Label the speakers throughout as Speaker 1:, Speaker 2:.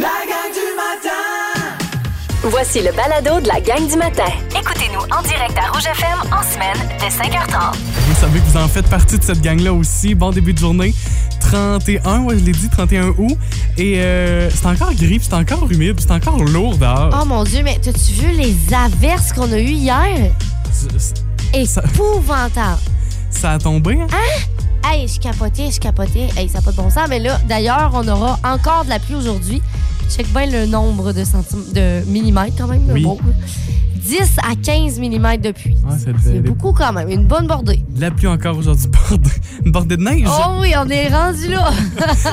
Speaker 1: La gang du matin
Speaker 2: Voici le balado de la gang du matin.
Speaker 3: Écoutez-nous en direct à Rouge FM en semaine de 5h30.
Speaker 4: Vous savez que vous en faites partie de cette gang-là aussi. Bon début de journée. 31, ouais, je l'ai dit, 31 août. Et euh, c'est encore gris, puis c'est encore humide, puis c'est encore lourd dehors.
Speaker 5: Oh mon Dieu, mais t'as-tu vu les averses qu'on a eues hier?
Speaker 4: C'est- Ça-
Speaker 5: Épouvantable.
Speaker 4: Ça a tombé, hein?
Speaker 5: Hey, je capotais, je capotais. Hey, ça n'a pas de bon sens. Mais là, d'ailleurs, on aura encore de la pluie aujourd'hui. Check bien le nombre de, centim- de millimètres quand même. le
Speaker 4: Oui.
Speaker 5: mot. 10 à 15 millimètres de pluie.
Speaker 4: Ouais, ça devait
Speaker 5: C'est
Speaker 4: aller.
Speaker 5: beaucoup quand même. Une bonne bordée.
Speaker 4: De La pluie encore aujourd'hui, bordée- une bordée de neige.
Speaker 5: Oh oui, on est rendu là.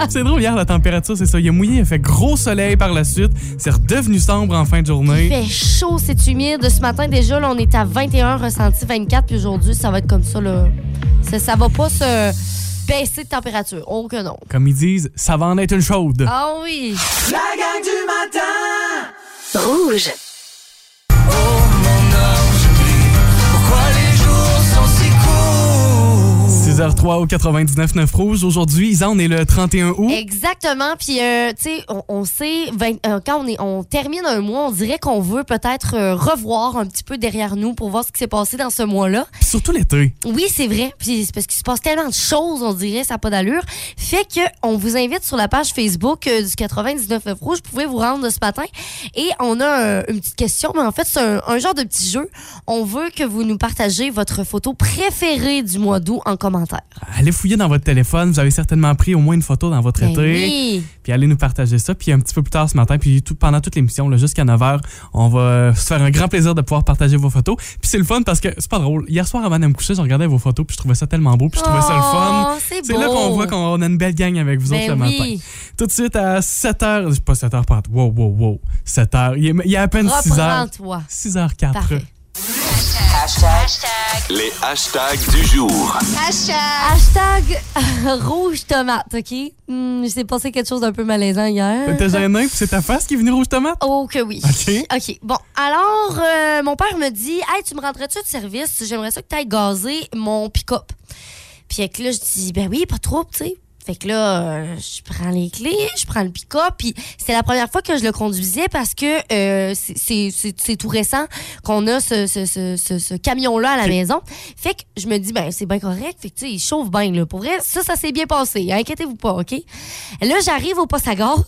Speaker 4: C'est drôle, hier, la température, c'est ça. Il a mouillé, il a fait gros soleil par la suite. C'est redevenu sombre en fin de
Speaker 5: Il
Speaker 4: journée.
Speaker 5: fait chaud, c'est humide. Ce matin, déjà, là, on est à 21, ressenti 24. Puis aujourd'hui, ça va être comme ça. Là. Ça, ça va pas se baisser de température. Oh que non.
Speaker 4: Comme ils disent, ça va en être une chaude.
Speaker 5: Ah oui.
Speaker 1: La gang du matin
Speaker 2: Rouge.
Speaker 1: Pourquoi les jours sont si courts
Speaker 4: 6h03 au 99.9 Rouge. Aujourd'hui, Isa, on est le 31 août.
Speaker 5: Exactement. Puis, euh, tu sais, on, on sait, vingt- euh, quand on, est, on termine un mois, on dirait qu'on veut peut-être euh, revoir un petit peu derrière nous pour voir ce qui s'est passé dans ce mois-là.
Speaker 4: Puis surtout l'été.
Speaker 5: Oui, c'est vrai. Puis c'est parce qu'il se passe tellement de choses, on dirait, ça n'a pas d'allure. Fait que on vous invite sur la page Facebook euh, du 99 F Rouge. Vous pouvez vous rendre ce matin. Et on a euh, une petite question, mais en fait, c'est un, un genre de petit jeu. On veut que vous nous partagez votre photo préférée du mois d'août en commentaire.
Speaker 4: Allez fouiller dans votre téléphone. Vous avez certainement pris au moins une photo dans votre
Speaker 5: Ben
Speaker 4: été.
Speaker 5: oui.
Speaker 4: Puis allez nous partager ça. Puis un petit peu plus tard ce matin, puis tout, pendant toute l'émission, là, jusqu'à 9h, on va se faire un grand plaisir de pouvoir partager vos photos. Puis c'est le fun parce que c'est pas drôle. Hier soir, avant de me coucher, je regardais vos photos, puis je trouvais ça tellement beau, puis je trouvais ça le fun.
Speaker 5: Oh, C'est
Speaker 4: C'est là qu'on
Speaker 5: beau.
Speaker 4: voit qu'on a une belle gang avec vous autres
Speaker 5: Ben
Speaker 4: le matin.
Speaker 5: oui.
Speaker 4: Tout de suite à 7h, pas 7h, pardon. Wow, wow, wow. 7h. Il est, il est à peine 6h.
Speaker 5: Reprends-toi.
Speaker 4: 6h04.
Speaker 5: Parfait.
Speaker 6: Les hashtags du jour.
Speaker 5: Hashtag euh, rouge tomate, OK? Hmm, je sais passé quelque chose d'un peu malaisant hier.
Speaker 4: Ben, T'es gêné, puis c'est ta face qui est venue rouge tomate?
Speaker 5: Oh que oui.
Speaker 4: OK.
Speaker 5: OK. Bon, alors, euh, mon père me dit « Hey, tu me rendrais-tu de service? J'aimerais ça que tu ailles gazer mon pick-up. » Puis fait que là, je dis « Ben oui, pas trop, tu sais. » Fait que là, euh, je prends les clés, je prends le pick-up. Puis c'est la première fois que je le conduisais parce que euh, c'est- c'est- c'est c'est tout récent qu'on a ce, ce- ce- ce- ce camion-là à la maison. Fait que je me dis « Ben, c'est bien correct. » Fait que tu sais, il chauffe bien, là. Pour vrai, ça, ça s'est bien passé. Inquiétez-vous pas, OK? Là, j'arrive au poste à gaz.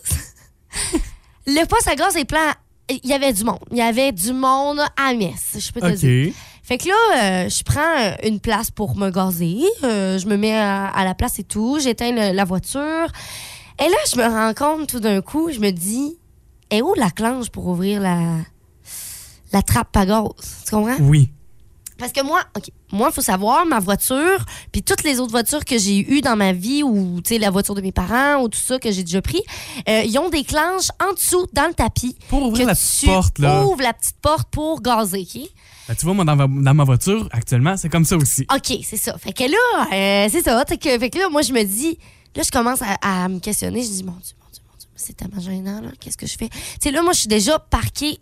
Speaker 5: Le poste à gaz est plein. Il y avait du monde. Il y avait du monde à Metz, je peux te
Speaker 4: OK.
Speaker 5: dire. Fait que là, euh, je prends euh, une place pour me gazer. Euh, je me mets à, à la place et tout. J'éteins le- la voiture. Et là, je me rends compte tout d'un coup, je me dis, et où la clenche pour ouvrir la, la trappe à gaz? Tu comprends?
Speaker 4: Oui.
Speaker 5: Parce que moi, OK, moi, il faut savoir, ma voiture, puis toutes les autres voitures que j'ai eues dans ma vie, ou tu sais, la voiture de mes parents, ou tout ça que j'ai déjà pris, euh, ils ont des clenches en dessous, dans le tapis.
Speaker 4: Pour ouvrir
Speaker 5: que
Speaker 4: la
Speaker 5: tu
Speaker 4: petite porte, là.
Speaker 5: ouvres la petite porte pour gazer, OK?
Speaker 4: Ben, tu vois, moi, dans ma, dans ma voiture, actuellement, c'est comme ça aussi.
Speaker 5: OK, c'est ça. Fait que là, euh, c'est ça. Fait que, fait que là, moi, je me dis, là, je commence à, à me questionner. Je dis, mon Dieu, mon Dieu, mon Dieu, c'est tellement gênant, là. Qu'est-ce que je fais? Tu sais, là, moi, je suis déjà parquée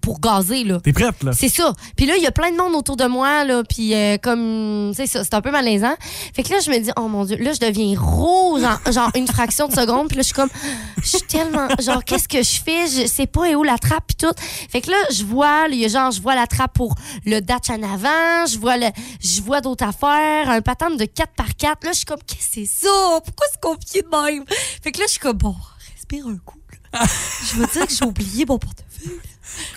Speaker 5: pour gazer, là.
Speaker 4: T'es prête, là?
Speaker 5: C'est ça. Puis là, il y a plein de monde autour de moi, là. Puis euh, comme, c'est ça, c'est un peu malaisant. Fait que là, je me dis, oh mon Dieu, là, je deviens rouge en genre une fraction de seconde. Puis là, je suis comme, je suis tellement, genre, qu'est-ce que je fais? Je sais pas et où la trappe, puis tout. Fait que là, je vois, il y a genre, je vois la trappe pour le datch en avant. Je vois le, je vois d'autres affaires, un pattern de 4 par 4 Là, je suis comme, qu'est-ce que c'est ça? Pourquoi c'est compliqué de même? Fait que là, je suis comme, bon, respire un coup, là. Je veux dire que j'ai oublié mon portefeuille.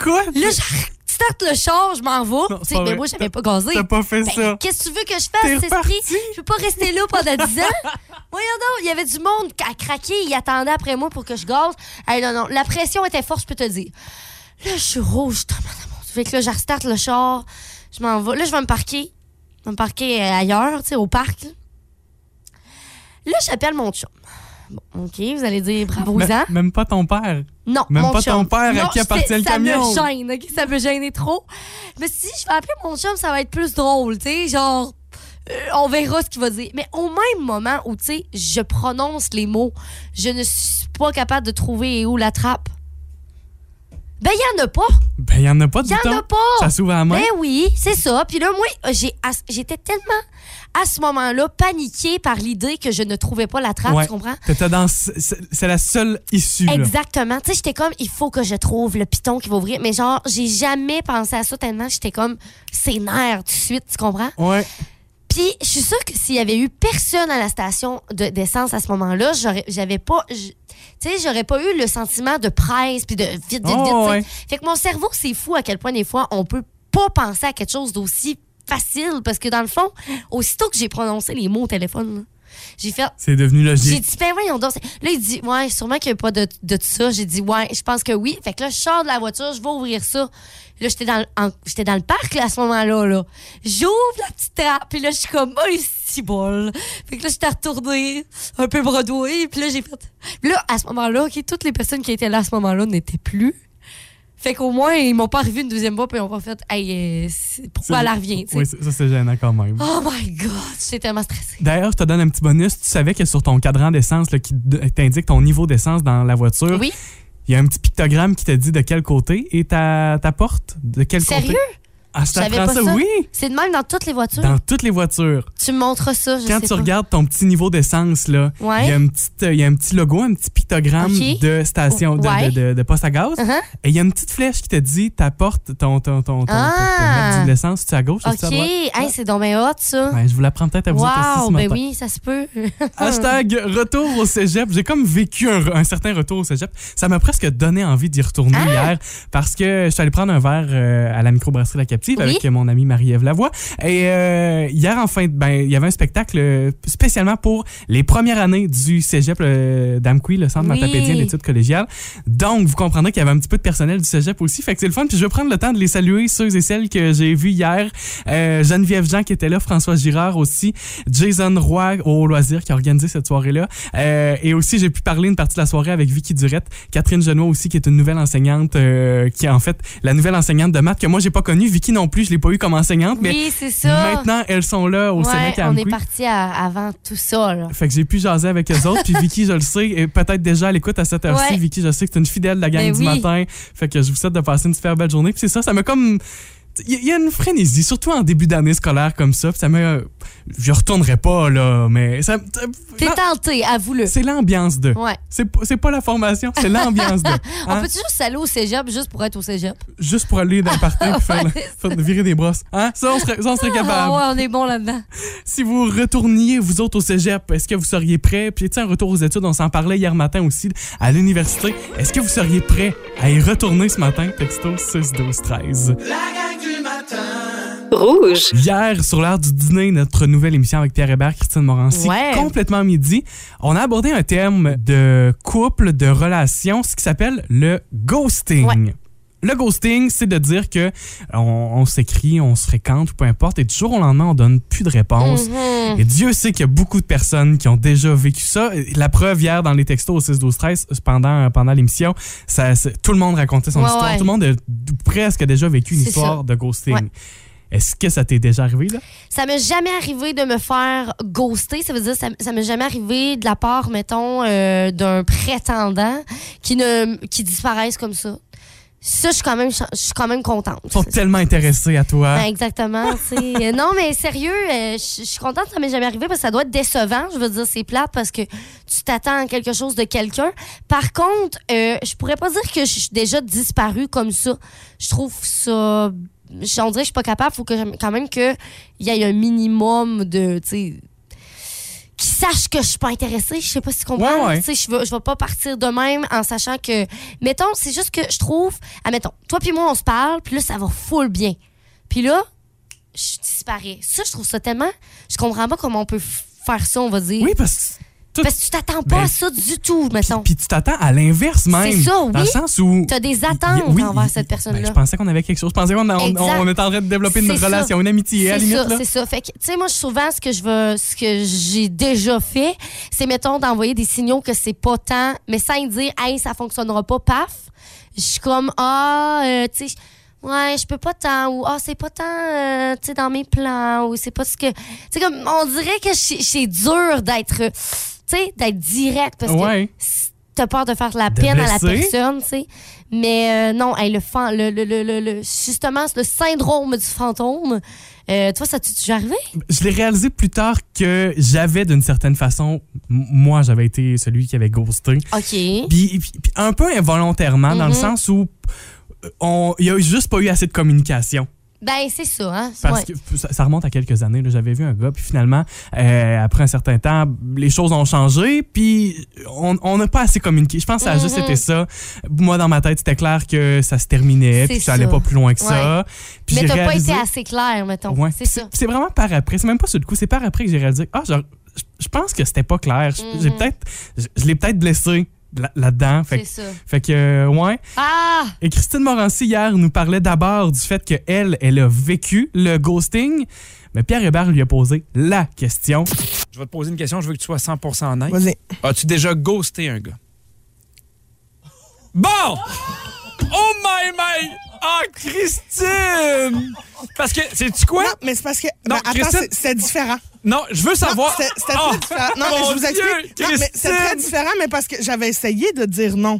Speaker 4: Quoi?
Speaker 5: Là, j'arrête, starte le char, je m'en vais.
Speaker 4: Non,
Speaker 5: Tu
Speaker 4: c'est
Speaker 5: sais,
Speaker 4: pas
Speaker 5: mais
Speaker 4: vrai.
Speaker 5: moi, j'avais pas gazé.
Speaker 4: T'as pas fait
Speaker 5: Ben,
Speaker 4: ça.
Speaker 5: Qu'est-ce que tu veux que je
Speaker 4: T'es
Speaker 5: fasse, esprit?
Speaker 4: reparti.
Speaker 5: Je peux pas rester là pendant 10 ans. Voyons donc, il y avait du monde à craquer, il attendait après moi pour que je gaze. Hey, non, non, la pression était forte, je peux te dire. Là, je suis rouge, tomate à mon Dieu. Fait que là, je restarte le char, je m'en vais. Là, je vais me parquer. Je vais me parquer euh, ailleurs, tu sais, au parc. là. Là, j'appelle mon chum. Bon, OK, vous allez dire bravo,
Speaker 4: Mais-
Speaker 5: Zan.
Speaker 4: même pas ton père.
Speaker 5: Non,
Speaker 4: Même
Speaker 5: mon
Speaker 4: pas
Speaker 5: chum.
Speaker 4: ton père à
Speaker 5: Non,
Speaker 4: qui
Speaker 5: je-
Speaker 4: appartient le camion.
Speaker 5: Ça me gêne, ok? ça me gênait trop. Mais si je vais appeler mon chum, ça va être plus drôle, tu sais, genre, euh, on verra ce qu'il va dire. Mais au même moment où, tu sais, je prononce les mots, je ne suis pas capable de trouver où la trappe. Ben, il y en a pas.
Speaker 4: Ben, il n'y en a pas du
Speaker 5: Il y en a
Speaker 4: temps.
Speaker 5: pas.
Speaker 4: Ça s'ouvre à la main.
Speaker 5: Ben oui, c'est ça. Puis là, moi, j'ai ass- j'étais tellement à ce moment-là paniquée par l'idée que je ne trouvais pas la trappe,
Speaker 4: Ouais.
Speaker 5: tu comprends?
Speaker 4: T'étais dans. C'est c'est la seule issue. là.
Speaker 5: Exactement. Tu sais, j'étais comme, il faut que je trouve le piton qui va ouvrir. Mais genre, j'ai jamais pensé à ça tellement j'étais comme, c'est nerf tout de suite, tu comprends?
Speaker 4: Ouais.
Speaker 5: Puis, je suis sûre que s'il y avait eu personne à la station de- d'essence à ce moment-là, j'aurais- j'avais pas. j- Tu sais, j'aurais pas eu le sentiment de presse puis de vite, vite, vite.
Speaker 4: Oh,
Speaker 5: tu sais.
Speaker 4: ouais.
Speaker 5: Fait que mon cerveau, c'est fou à quel point des fois on peut pas penser à quelque chose d'aussi facile parce que dans le fond, aussitôt que j'ai prononcé les mots au téléphone, là, j'ai fait.
Speaker 4: C'est devenu
Speaker 5: J'ai
Speaker 4: logique.
Speaker 5: dit, ben voyons donc. c'est- Là, il dit, ouais, sûrement qu'il n'y a pas de, de tout ça. J'ai dit, ouais, je pense que oui. Fait que là, je sors de la voiture, je vais ouvrir ça. Là, j'étais dans, le- en- j'étais dans le parc là, à ce moment-là. Là. J'ouvre la petite trappe, puis là, je suis comme, oh, ici, bol. Fait que là, j'étais retournée, un peu bredouée, puis là, j'ai fait. Puis là, à ce moment-là, OK, toutes les personnes qui étaient là à ce moment-là n'étaient plus. Fait qu'au moins, ils m'ont pas revu une deuxième fois, puis ils m'ont pas fait, hey, euh, c'est- pourquoi elle revient, tu sais.
Speaker 4: Oui, ça, ça, c'est gênant quand même.
Speaker 5: Oh my God, j'étais tellement stressée.
Speaker 4: D'ailleurs, je te donne un petit bonus. Tu savais que sur ton cadran d'essence là, qui d- t'indique ton niveau d'essence dans la voiture,
Speaker 5: Oui?
Speaker 4: il y a un petit pictogramme qui te dit de quel côté et ta, ta porte de quel
Speaker 5: Sérieux?
Speaker 4: côté. Ah, je
Speaker 5: Je savais
Speaker 4: t'apprends
Speaker 5: pas
Speaker 4: ça,
Speaker 5: ça.
Speaker 4: oui,
Speaker 5: C'est de même dans toutes les voitures.
Speaker 4: dans toutes les voitures.
Speaker 5: Tu me montres ça, je
Speaker 4: Quand tu
Speaker 5: sais pas.
Speaker 4: regardes ton petit niveau d'essence, là, il
Speaker 5: Ouais.
Speaker 4: y a une petite, euh, il y a un petit logo, un petit pictogramme
Speaker 5: Ok.
Speaker 4: de station, de, de-
Speaker 5: Ouais.
Speaker 4: de- de poste à gaz.
Speaker 5: Uh-huh.
Speaker 4: Et il y a une petite flèche qui te dit ta porte, ton, ton, ton, ton-
Speaker 5: Ah.
Speaker 4: ton- ton- de l'essence, tu es à gauche ou
Speaker 5: OK,
Speaker 4: tu es à droite.
Speaker 5: hey, c'est donc bien hot, ça.
Speaker 4: Ah. Ouais, je vous la prends peut-être à vous autres aussi
Speaker 5: wow,
Speaker 4: ce
Speaker 5: ben
Speaker 4: matin.
Speaker 5: oui, ça se peut. Ah.
Speaker 4: Hashtag retour au cégep. J'ai comme vécu un, un certain retour au cégep. Ça m'a presque donné envie d'y retourner
Speaker 5: Ah.
Speaker 4: hier parce que je suis allé prendre un verre euh, à la microbrasserie La Captive
Speaker 5: Oui.
Speaker 4: avec mon amie Marie-Ève Lavoie. Et euh, hier, en fin de- ben, il y avait un spectacle euh, spécialement pour les premières années du cégep euh, d'Amqui, le centre
Speaker 5: Oui.
Speaker 4: matapédien d'études collégiales. Donc, vous comprendrez qu'il y avait un petit peu de personnel du cégep aussi. Fait que c'est le fun. Puis je vais prendre le temps de les saluer, ceux et celles que j'ai vus hier. Euh, Geneviève Jean qui était là, François Girard aussi, Jason Roy au loisir qui a organisé cette soirée-là. Euh, et aussi, j'ai pu parler une partie de la soirée avec Vicky Durette, Catherine Genois aussi, qui est une nouvelle enseignante, euh, qui est en fait la nouvelle enseignante de maths que moi, j'ai pas connue. Vicky non plus, je l'ai pas eu comme enseignante, mais
Speaker 5: oui, c'est ça.
Speaker 4: maintenant, elles sont là au
Speaker 5: ouais,
Speaker 4: Sénat à
Speaker 5: on est
Speaker 4: Amqui.
Speaker 5: parti à- avant tout ça, là.
Speaker 4: Fait que j'ai pu jaser avec eux autres. Puis Vicky, je le sais, est peut-être déjà à l'écoute à cette heure-ci.
Speaker 5: Ouais.
Speaker 4: Vicky, je sais que c'est une fidèle de la gang
Speaker 5: Ben
Speaker 4: du
Speaker 5: oui.
Speaker 4: matin. Fait que je vous souhaite de passer une super belle journée. Puis c'est ça, ça m'a comme. Il y- il y a une frénésie, surtout en début d'année scolaire comme ça. Puis ça me. Je retournerai pas, là, mais. ça-
Speaker 5: T'es tenté, avoue-le.
Speaker 4: C'est l'ambiance de.
Speaker 5: Ouais.
Speaker 4: C'est p- c'est pas la formation, c'est l'ambiance de.
Speaker 5: On
Speaker 4: Hein?
Speaker 5: peut toujours s'aller au cégep juste pour être au cégep?
Speaker 4: Juste pour aller dans le party puis faire, faire- virer des brosses. Hein? Ça, on serait, ça, on serait
Speaker 5: Ah
Speaker 4: capable.
Speaker 5: ouais, on est bon là-dedans.
Speaker 4: Si vous retourniez, vous autres, au cégep, est-ce que vous seriez prêts? Puis, tu sais, un retour aux études, on s'en parlait hier matin aussi à l'université. Est-ce que vous seriez prêts à y retourner ce matin? Texto 6 12 13.
Speaker 1: La gang du matin.
Speaker 2: Rouge.
Speaker 4: Hier, sur l'heure du dîner, notre nouvelle émission avec Pierre Hébert, Christine Morancy,
Speaker 5: Ouais.
Speaker 4: complètement midi, on a abordé un thème de couple, de relation, ce qui s'appelle le ghosting.
Speaker 5: Ouais.
Speaker 4: Le ghosting, c'est de dire que on, on s'écrit, on se fréquente, peu importe, et du jour au lendemain, on donne plus de réponse.
Speaker 5: Hmm. Mm.
Speaker 4: Et Dieu sait qu'il y a beaucoup de personnes qui ont déjà vécu ça. Et La preuve hier dans les textos au 6 12 13 pendant pendant l'émission, ça, c'est- tout le monde racontait son
Speaker 5: Ouais,
Speaker 4: histoire,
Speaker 5: ouais.
Speaker 4: tout le monde a d- presque déjà vécu une
Speaker 5: C'est
Speaker 4: histoire
Speaker 5: ça.
Speaker 4: de ghosting.
Speaker 5: Ouais.
Speaker 4: Est-ce que ça t'est déjà arrivé là
Speaker 5: Ça m'est jamais arrivé de me faire ghoster. Ça veut dire ça, ça m'est jamais arrivé de la part, mettons, euh, d'un prétendant qui ne qui disparaisse comme ça. Ça, je suis quand même, chan- je suis quand même contente.
Speaker 4: Ils sont tellement intéressés à toi.
Speaker 5: Ben, exactement. tu sais. Euh, non, mais sérieux, euh, je je suis contente que ça m'est jamais arrivé parce que ça doit être décevant. Je veux dire, c'est plate parce que tu t'attends à quelque chose de quelqu'un. Par contre, euh, je pourrais pas dire que je suis déjà disparue comme ça. Je trouve ça. je- On dirait que je suis pas capable. Faut que j'aime- quand même qu'il y ait un minimum de. tu sais, qui sache que je suis pas intéressée, je sais pas si tu comprends.
Speaker 4: Ouais, ouais.
Speaker 5: Tu sais, je vais je vais pas partir de même en sachant que mettons, c'est juste que je trouve, admettons, toi puis moi on se parle, puis là ça va full bien. Puis là, je disparais. Ça, je trouve ça tellement. Je comprends pas comment on peut f- faire ça, on va dire.
Speaker 4: Oui, parce que tout-
Speaker 5: Parce que tu t'attends pas
Speaker 4: Ben,
Speaker 5: à ça du tout, mettons.
Speaker 4: puis tu t'attends à l'inverse même.
Speaker 5: C'est ça,
Speaker 4: Dans le
Speaker 5: oui.
Speaker 4: sens où
Speaker 5: T'as des attentes
Speaker 4: Oui,
Speaker 5: envers
Speaker 4: il-
Speaker 5: cette
Speaker 4: ben,
Speaker 5: personne-là.
Speaker 4: je pensais qu'on avait quelque chose. Je pensais qu'on on, on-
Speaker 5: Exact.
Speaker 4: on était en train de développer une
Speaker 5: C'est ça.
Speaker 4: relation, une amitié à la
Speaker 5: c'est
Speaker 4: limite
Speaker 5: ça,
Speaker 4: là.
Speaker 5: c'est ça. Fait que, tu sais, moi, je- souvent, ce que je veux, ce que j'ai déjà fait, c'est, mettons, d'envoyer des signaux que c'est pas tant, mais sans dire, hey, ça fonctionnera pas, paf. Je suis comme, ah, euh, tu sais, ouais, je peux pas tant, ou, ah, c'est pas tant, euh, tu sais, dans mes plans, ou c'est pas ce que. Tu sais, comme, on dirait que c'est c'est dur d'être, tu sais, d'être direct, parce que
Speaker 4: Ouais.
Speaker 5: c'est- t'as peur de faire de la
Speaker 4: De
Speaker 5: peine à la
Speaker 4: blesser.
Speaker 5: personne, tu sais. Mais euh, non, hey, le, fan- le, le, le, le- le- justement, le syndrome du fantôme, euh, tu vois, ça t'est déjà arrivé?
Speaker 4: Je l'ai réalisé plus tard que j'avais d'une certaine façon, m- moi j'avais été celui qui avait ghosté.
Speaker 5: OK.
Speaker 4: Puis, puis- puis un peu involontairement, dans le
Speaker 5: Mhm.
Speaker 4: sens où euh, on- il n'y a juste pas eu assez de communication.
Speaker 5: Ben, c'est ça, hein?
Speaker 4: Parce
Speaker 5: Ouais.
Speaker 4: que ça, ça remonte à quelques années. là. J'avais vu un gars, puis finalement, euh, après un certain temps, les choses ont changé, puis on on n'a pas assez communiqué. Je pense que ça a juste
Speaker 5: Mhm.
Speaker 4: été ça. Moi, dans ma tête, c'était clair que ça se terminait,
Speaker 5: C'est
Speaker 4: puis que ça allait
Speaker 5: ça.
Speaker 4: pas plus loin que ça. Puis
Speaker 5: Mais
Speaker 4: j'ai
Speaker 5: t'as pas
Speaker 4: réalisé-
Speaker 5: été assez clair, mettons.
Speaker 4: Ouais.
Speaker 5: C'est ça.
Speaker 4: Puis c'est vraiment par après. C'est même pas sur le coup. C'est par après que j'ai réalisé ah, genre, je, je pense que c'était pas clair. Je- J'ai
Speaker 5: Mhm.
Speaker 4: peut-être, je, je l'ai peut-être blessé là- là-dedans. fait,
Speaker 5: C'est
Speaker 4: que-
Speaker 5: ça.
Speaker 4: fait que, euh, ouais.
Speaker 5: Ah!
Speaker 4: Et Christine Morancy, hier, nous parlait d'abord du fait qu'elle, elle a vécu le ghosting. Mais Pierre Hébert lui a posé la question.
Speaker 7: Je vais te poser une question, je veux que tu sois 100% honnête.
Speaker 8: Vas-y.
Speaker 7: As-tu déjà ghosté un gars? Bon! Oh my my! Ah, Christine! Parce que, sais-tu quoi?
Speaker 8: Non, mais c'est parce que.
Speaker 7: Non,
Speaker 8: ben, attends,
Speaker 7: Christine-
Speaker 8: c'est- c'est différent.
Speaker 7: Non, je veux
Speaker 8: Non,
Speaker 7: savoir.
Speaker 8: c'est- C'était
Speaker 7: Ah!
Speaker 8: très différent. Non, mais
Speaker 7: Mon
Speaker 8: je vous explique.
Speaker 7: Dieu,
Speaker 8: Non, mais c'est très
Speaker 7: Christine!
Speaker 8: différent, mais parce que j'avais essayé de dire non.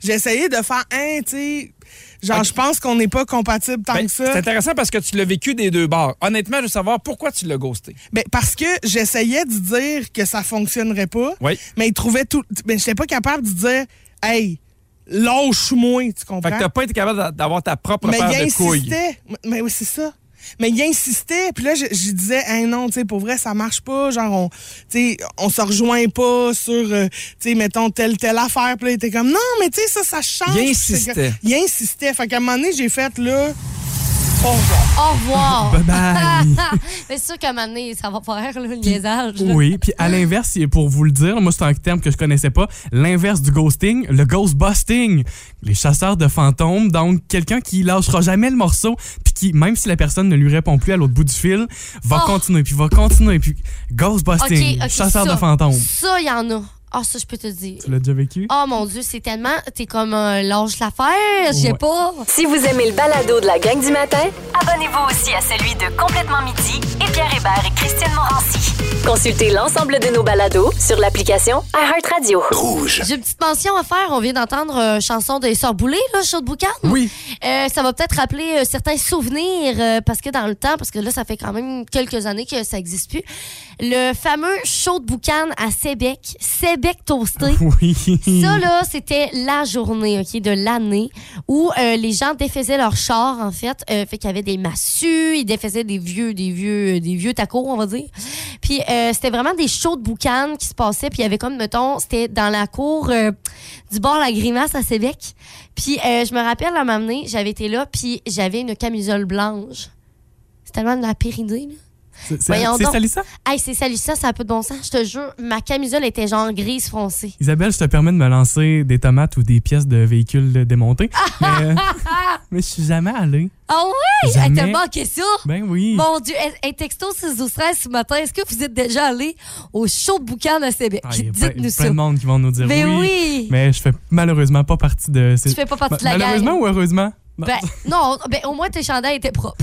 Speaker 8: J'ai essayé de faire, hein, tu sais, genre,
Speaker 7: Ok.
Speaker 8: je pense qu'on n'est pas compatible tant
Speaker 7: Ben,
Speaker 8: que
Speaker 7: c'est
Speaker 8: ça.
Speaker 7: intéressant parce que tu l'as vécu des deux bords. Honnêtement, je veux savoir pourquoi tu l'as ghosté.
Speaker 8: Ben, parce que j'essayais de dire que ça fonctionnerait pas.
Speaker 7: Oui.
Speaker 8: Mais il trouvait tout. Ben, j'étais pas capable de dire, hey, lâche-moi, tu comprends?
Speaker 7: Fait que t'as pas été capable d'a- d'avoir ta propre
Speaker 8: Hein? mais
Speaker 7: paire
Speaker 8: il
Speaker 7: de couilles.
Speaker 8: insistait. Mais oui, c'est ça. Mais il insistait, puis là, je, je disais, Hey, non, tu sais, pour vrai, ça marche pas. Genre, on, tu sais, on se rejoint pas sur, euh, tu sais, mettons, telle, telle affaire. Puis là, il était comme, non, mais tu sais, ça, ça change.
Speaker 7: Il
Speaker 8: Puis c'est
Speaker 7: insistait.
Speaker 8: que- Il insistait. Fait qu'à un moment donné, j'ai fait, là, au revoir.
Speaker 5: Au revoir!
Speaker 4: Bye bye.
Speaker 5: Mais c'est sûr qu'à un moment donné, ça va faire, là, le liaisage. là.
Speaker 4: Oui, puis à l'inverse, et pour vous le dire, moi c'est un terme que je connaissais pas, l'inverse du ghosting, le ghostbusting, les chasseurs de fantômes, donc quelqu'un qui lâchera jamais le morceau, puis qui, même si la personne ne lui répond plus à l'autre bout du fil, va
Speaker 5: Oh.
Speaker 4: continuer, puis va continuer, puis
Speaker 5: OK,
Speaker 4: ghostbusting,
Speaker 5: OK,
Speaker 4: chasseur
Speaker 5: ça,
Speaker 4: de fantômes.
Speaker 5: Ça, il y en a. Ah, ça, je peux te dire.
Speaker 4: Tu l'as déjà vécu?
Speaker 5: Oh mon Dieu, c'est tellement. T'es comme un lâche l'affaire, je sais
Speaker 4: Ouais.
Speaker 5: pas.
Speaker 2: Si vous aimez le balado de la gang du matin,
Speaker 3: Abonnez-vous aussi à celui de Complètement Midi et Pierre Hébert et Christine Morancy.
Speaker 2: consultez l'ensemble de nos balados sur l'application iHeartRadio.
Speaker 6: Rouge.
Speaker 5: J'ai une petite mention à faire. On vient d'entendre euh, chanson des Sœurs Boulay, là, Chaud de Boucan. Oui. ça va peut-être rappeler euh, certains souvenirs, euh, parce que dans le temps, parce que là, ça fait quand même quelques années que ça n'existe plus. Le fameux Chaud de Boucan à Sébec, Sébec Toasté.
Speaker 4: Oui.
Speaker 5: Ça,
Speaker 4: Mm.
Speaker 5: là, c'était la journée, OK, de l'année où euh, les gens défaisaient leur char, en fait. Euh, fait qu'il y avait des massues, ils défaisaient des vieux, des vieux, euh, des vieux tacos, on va dire. Puis euh, c'était vraiment des shows de boucanes qui se passaient. Puis il y avait comme, mettons, c'était dans la cour euh, du bord La Grimace à Sébec. Puis euh, je me rappelle, à un moment donné, j'avais été là, puis j'avais une camisole blanche. C'est tellement de la pire idée, là.
Speaker 4: C'est- C'est
Speaker 5: Voyons
Speaker 4: c'est
Speaker 5: donc.
Speaker 4: salissant.
Speaker 5: Hey, c'est salissant, ça a peu de bon sens. Je te jure, ma camisole était genre grise foncée.
Speaker 4: Isabelle, je te permets de me lancer des tomates ou des pièces de véhicules euh, démontés, mais, euh, mais je suis jamais allé.
Speaker 5: Ah oui! Elle
Speaker 4: Jamais.
Speaker 5: t'a manqué ça!
Speaker 4: Ben oui.
Speaker 5: Mon Dieu, un un texto 6 ou 13 ce matin, est-ce que vous êtes déjà allé au show de boucan à Sébec?
Speaker 4: Ah, il y a plein,
Speaker 5: Dites-nous
Speaker 4: plein
Speaker 5: ça.
Speaker 4: de monde qui vont nous dire
Speaker 5: Mais oui!
Speaker 4: Mais je fais malheureusement pas partie de ces.
Speaker 5: Tu fais pas partie de la gang.
Speaker 4: malheureusement ou heureusement? Bon,
Speaker 5: Ben, non, ben, au moins tes chandails étaient propres.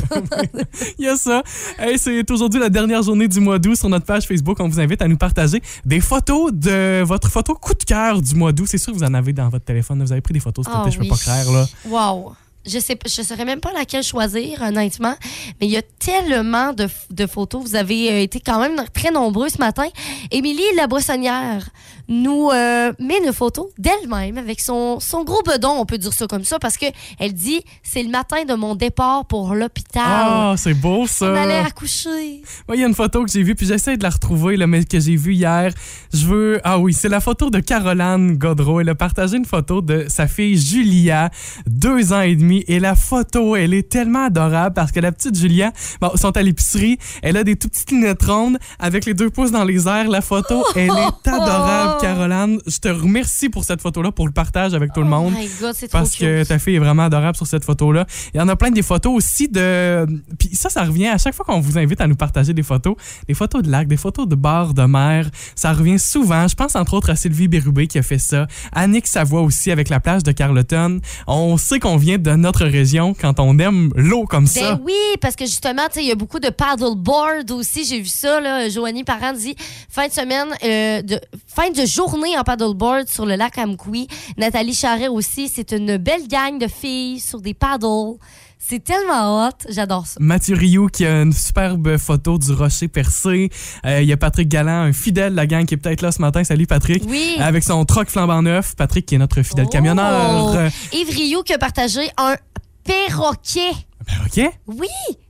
Speaker 4: Il y a ça. Hey, c'est aujourd'hui la dernière journée du mois d'août. Sur notre page Facebook, on vous invite à nous partager des photos de votre photo coup de cœur du mois d'août. C'est sûr que vous en avez dans votre téléphone. Vous avez pris des photos, c'était
Speaker 5: Ah
Speaker 4: je peux
Speaker 5: oui.
Speaker 4: pas clair, là.
Speaker 5: Wow. Je sais pas- je saurais même pas laquelle choisir, honnêtement. Mais il y a tellement de, f- de photos. Vous avez euh, été quand même très nombreux ce matin. Émilie la Boissonnière nous euh, met une photo d'elle-même avec son, son gros bedon, on peut dire ça comme ça, parce que elle dit c'est le matin de mon départ pour l'hôpital.
Speaker 4: Ah, c'est beau, ça.
Speaker 5: On allait
Speaker 4: Moi,
Speaker 5: accoucher.
Speaker 4: Il y a une photo que j'ai vue, puis j'essaie de la retrouver, là, mais que j'ai vue hier. Je veux. Ah oui, c'est la photo de Caroline Godreau. Elle a partagé une photo de sa fille Julia, deux ans et demi. Et la photo, elle est tellement adorable parce que la petite Julia, bon, ils sont à l'épicerie. Elle a des tout petites lunettes rondes avec les deux pouces dans les airs. La photo, elle est adorable, Caroline. Je te remercie pour cette photo-là, pour le partage avec tout le monde.
Speaker 5: Oh my God, c'est trop
Speaker 4: Parce que
Speaker 5: cute.
Speaker 4: ta fille est vraiment adorable sur cette photo-là. Il y en a plein des photos aussi de. Puis ça, ça revient à chaque fois qu'on vous invite à nous partager des photos, des photos de lacs, des photos de bars, de mer. Ça revient souvent. Je pense entre autres à Sylvie Bérubé qui a fait ça. Annick Savoie aussi avec la plage de Carleton. On sait qu'on vient de notre région quand on aime l'eau comme ça.
Speaker 5: Ben oui, parce que justement, tu sais, il y a beaucoup de paddleboard aussi. J'ai vu ça, là. Joanie Parent dit fin de semaine, euh, de, fin de une journée en paddleboard sur le lac Amkoui. Nathalie Charret aussi, c'est une belle gang de filles sur des paddles. C'est tellement hot, j'adore ça.
Speaker 4: Mathieu Rioux qui a une superbe photo du rocher percé. Euh, Il y a Patrick Galland, un fidèle de la gang qui est peut-être là ce matin. Salut Patrick.
Speaker 5: Oui. Oh!
Speaker 4: Avec son troc flambant neuf, Patrick qui est notre fidèle camionneur. Euh,
Speaker 5: Yves Rioux qui a partagé un perroquet.
Speaker 4: ben, ok.
Speaker 5: Oui!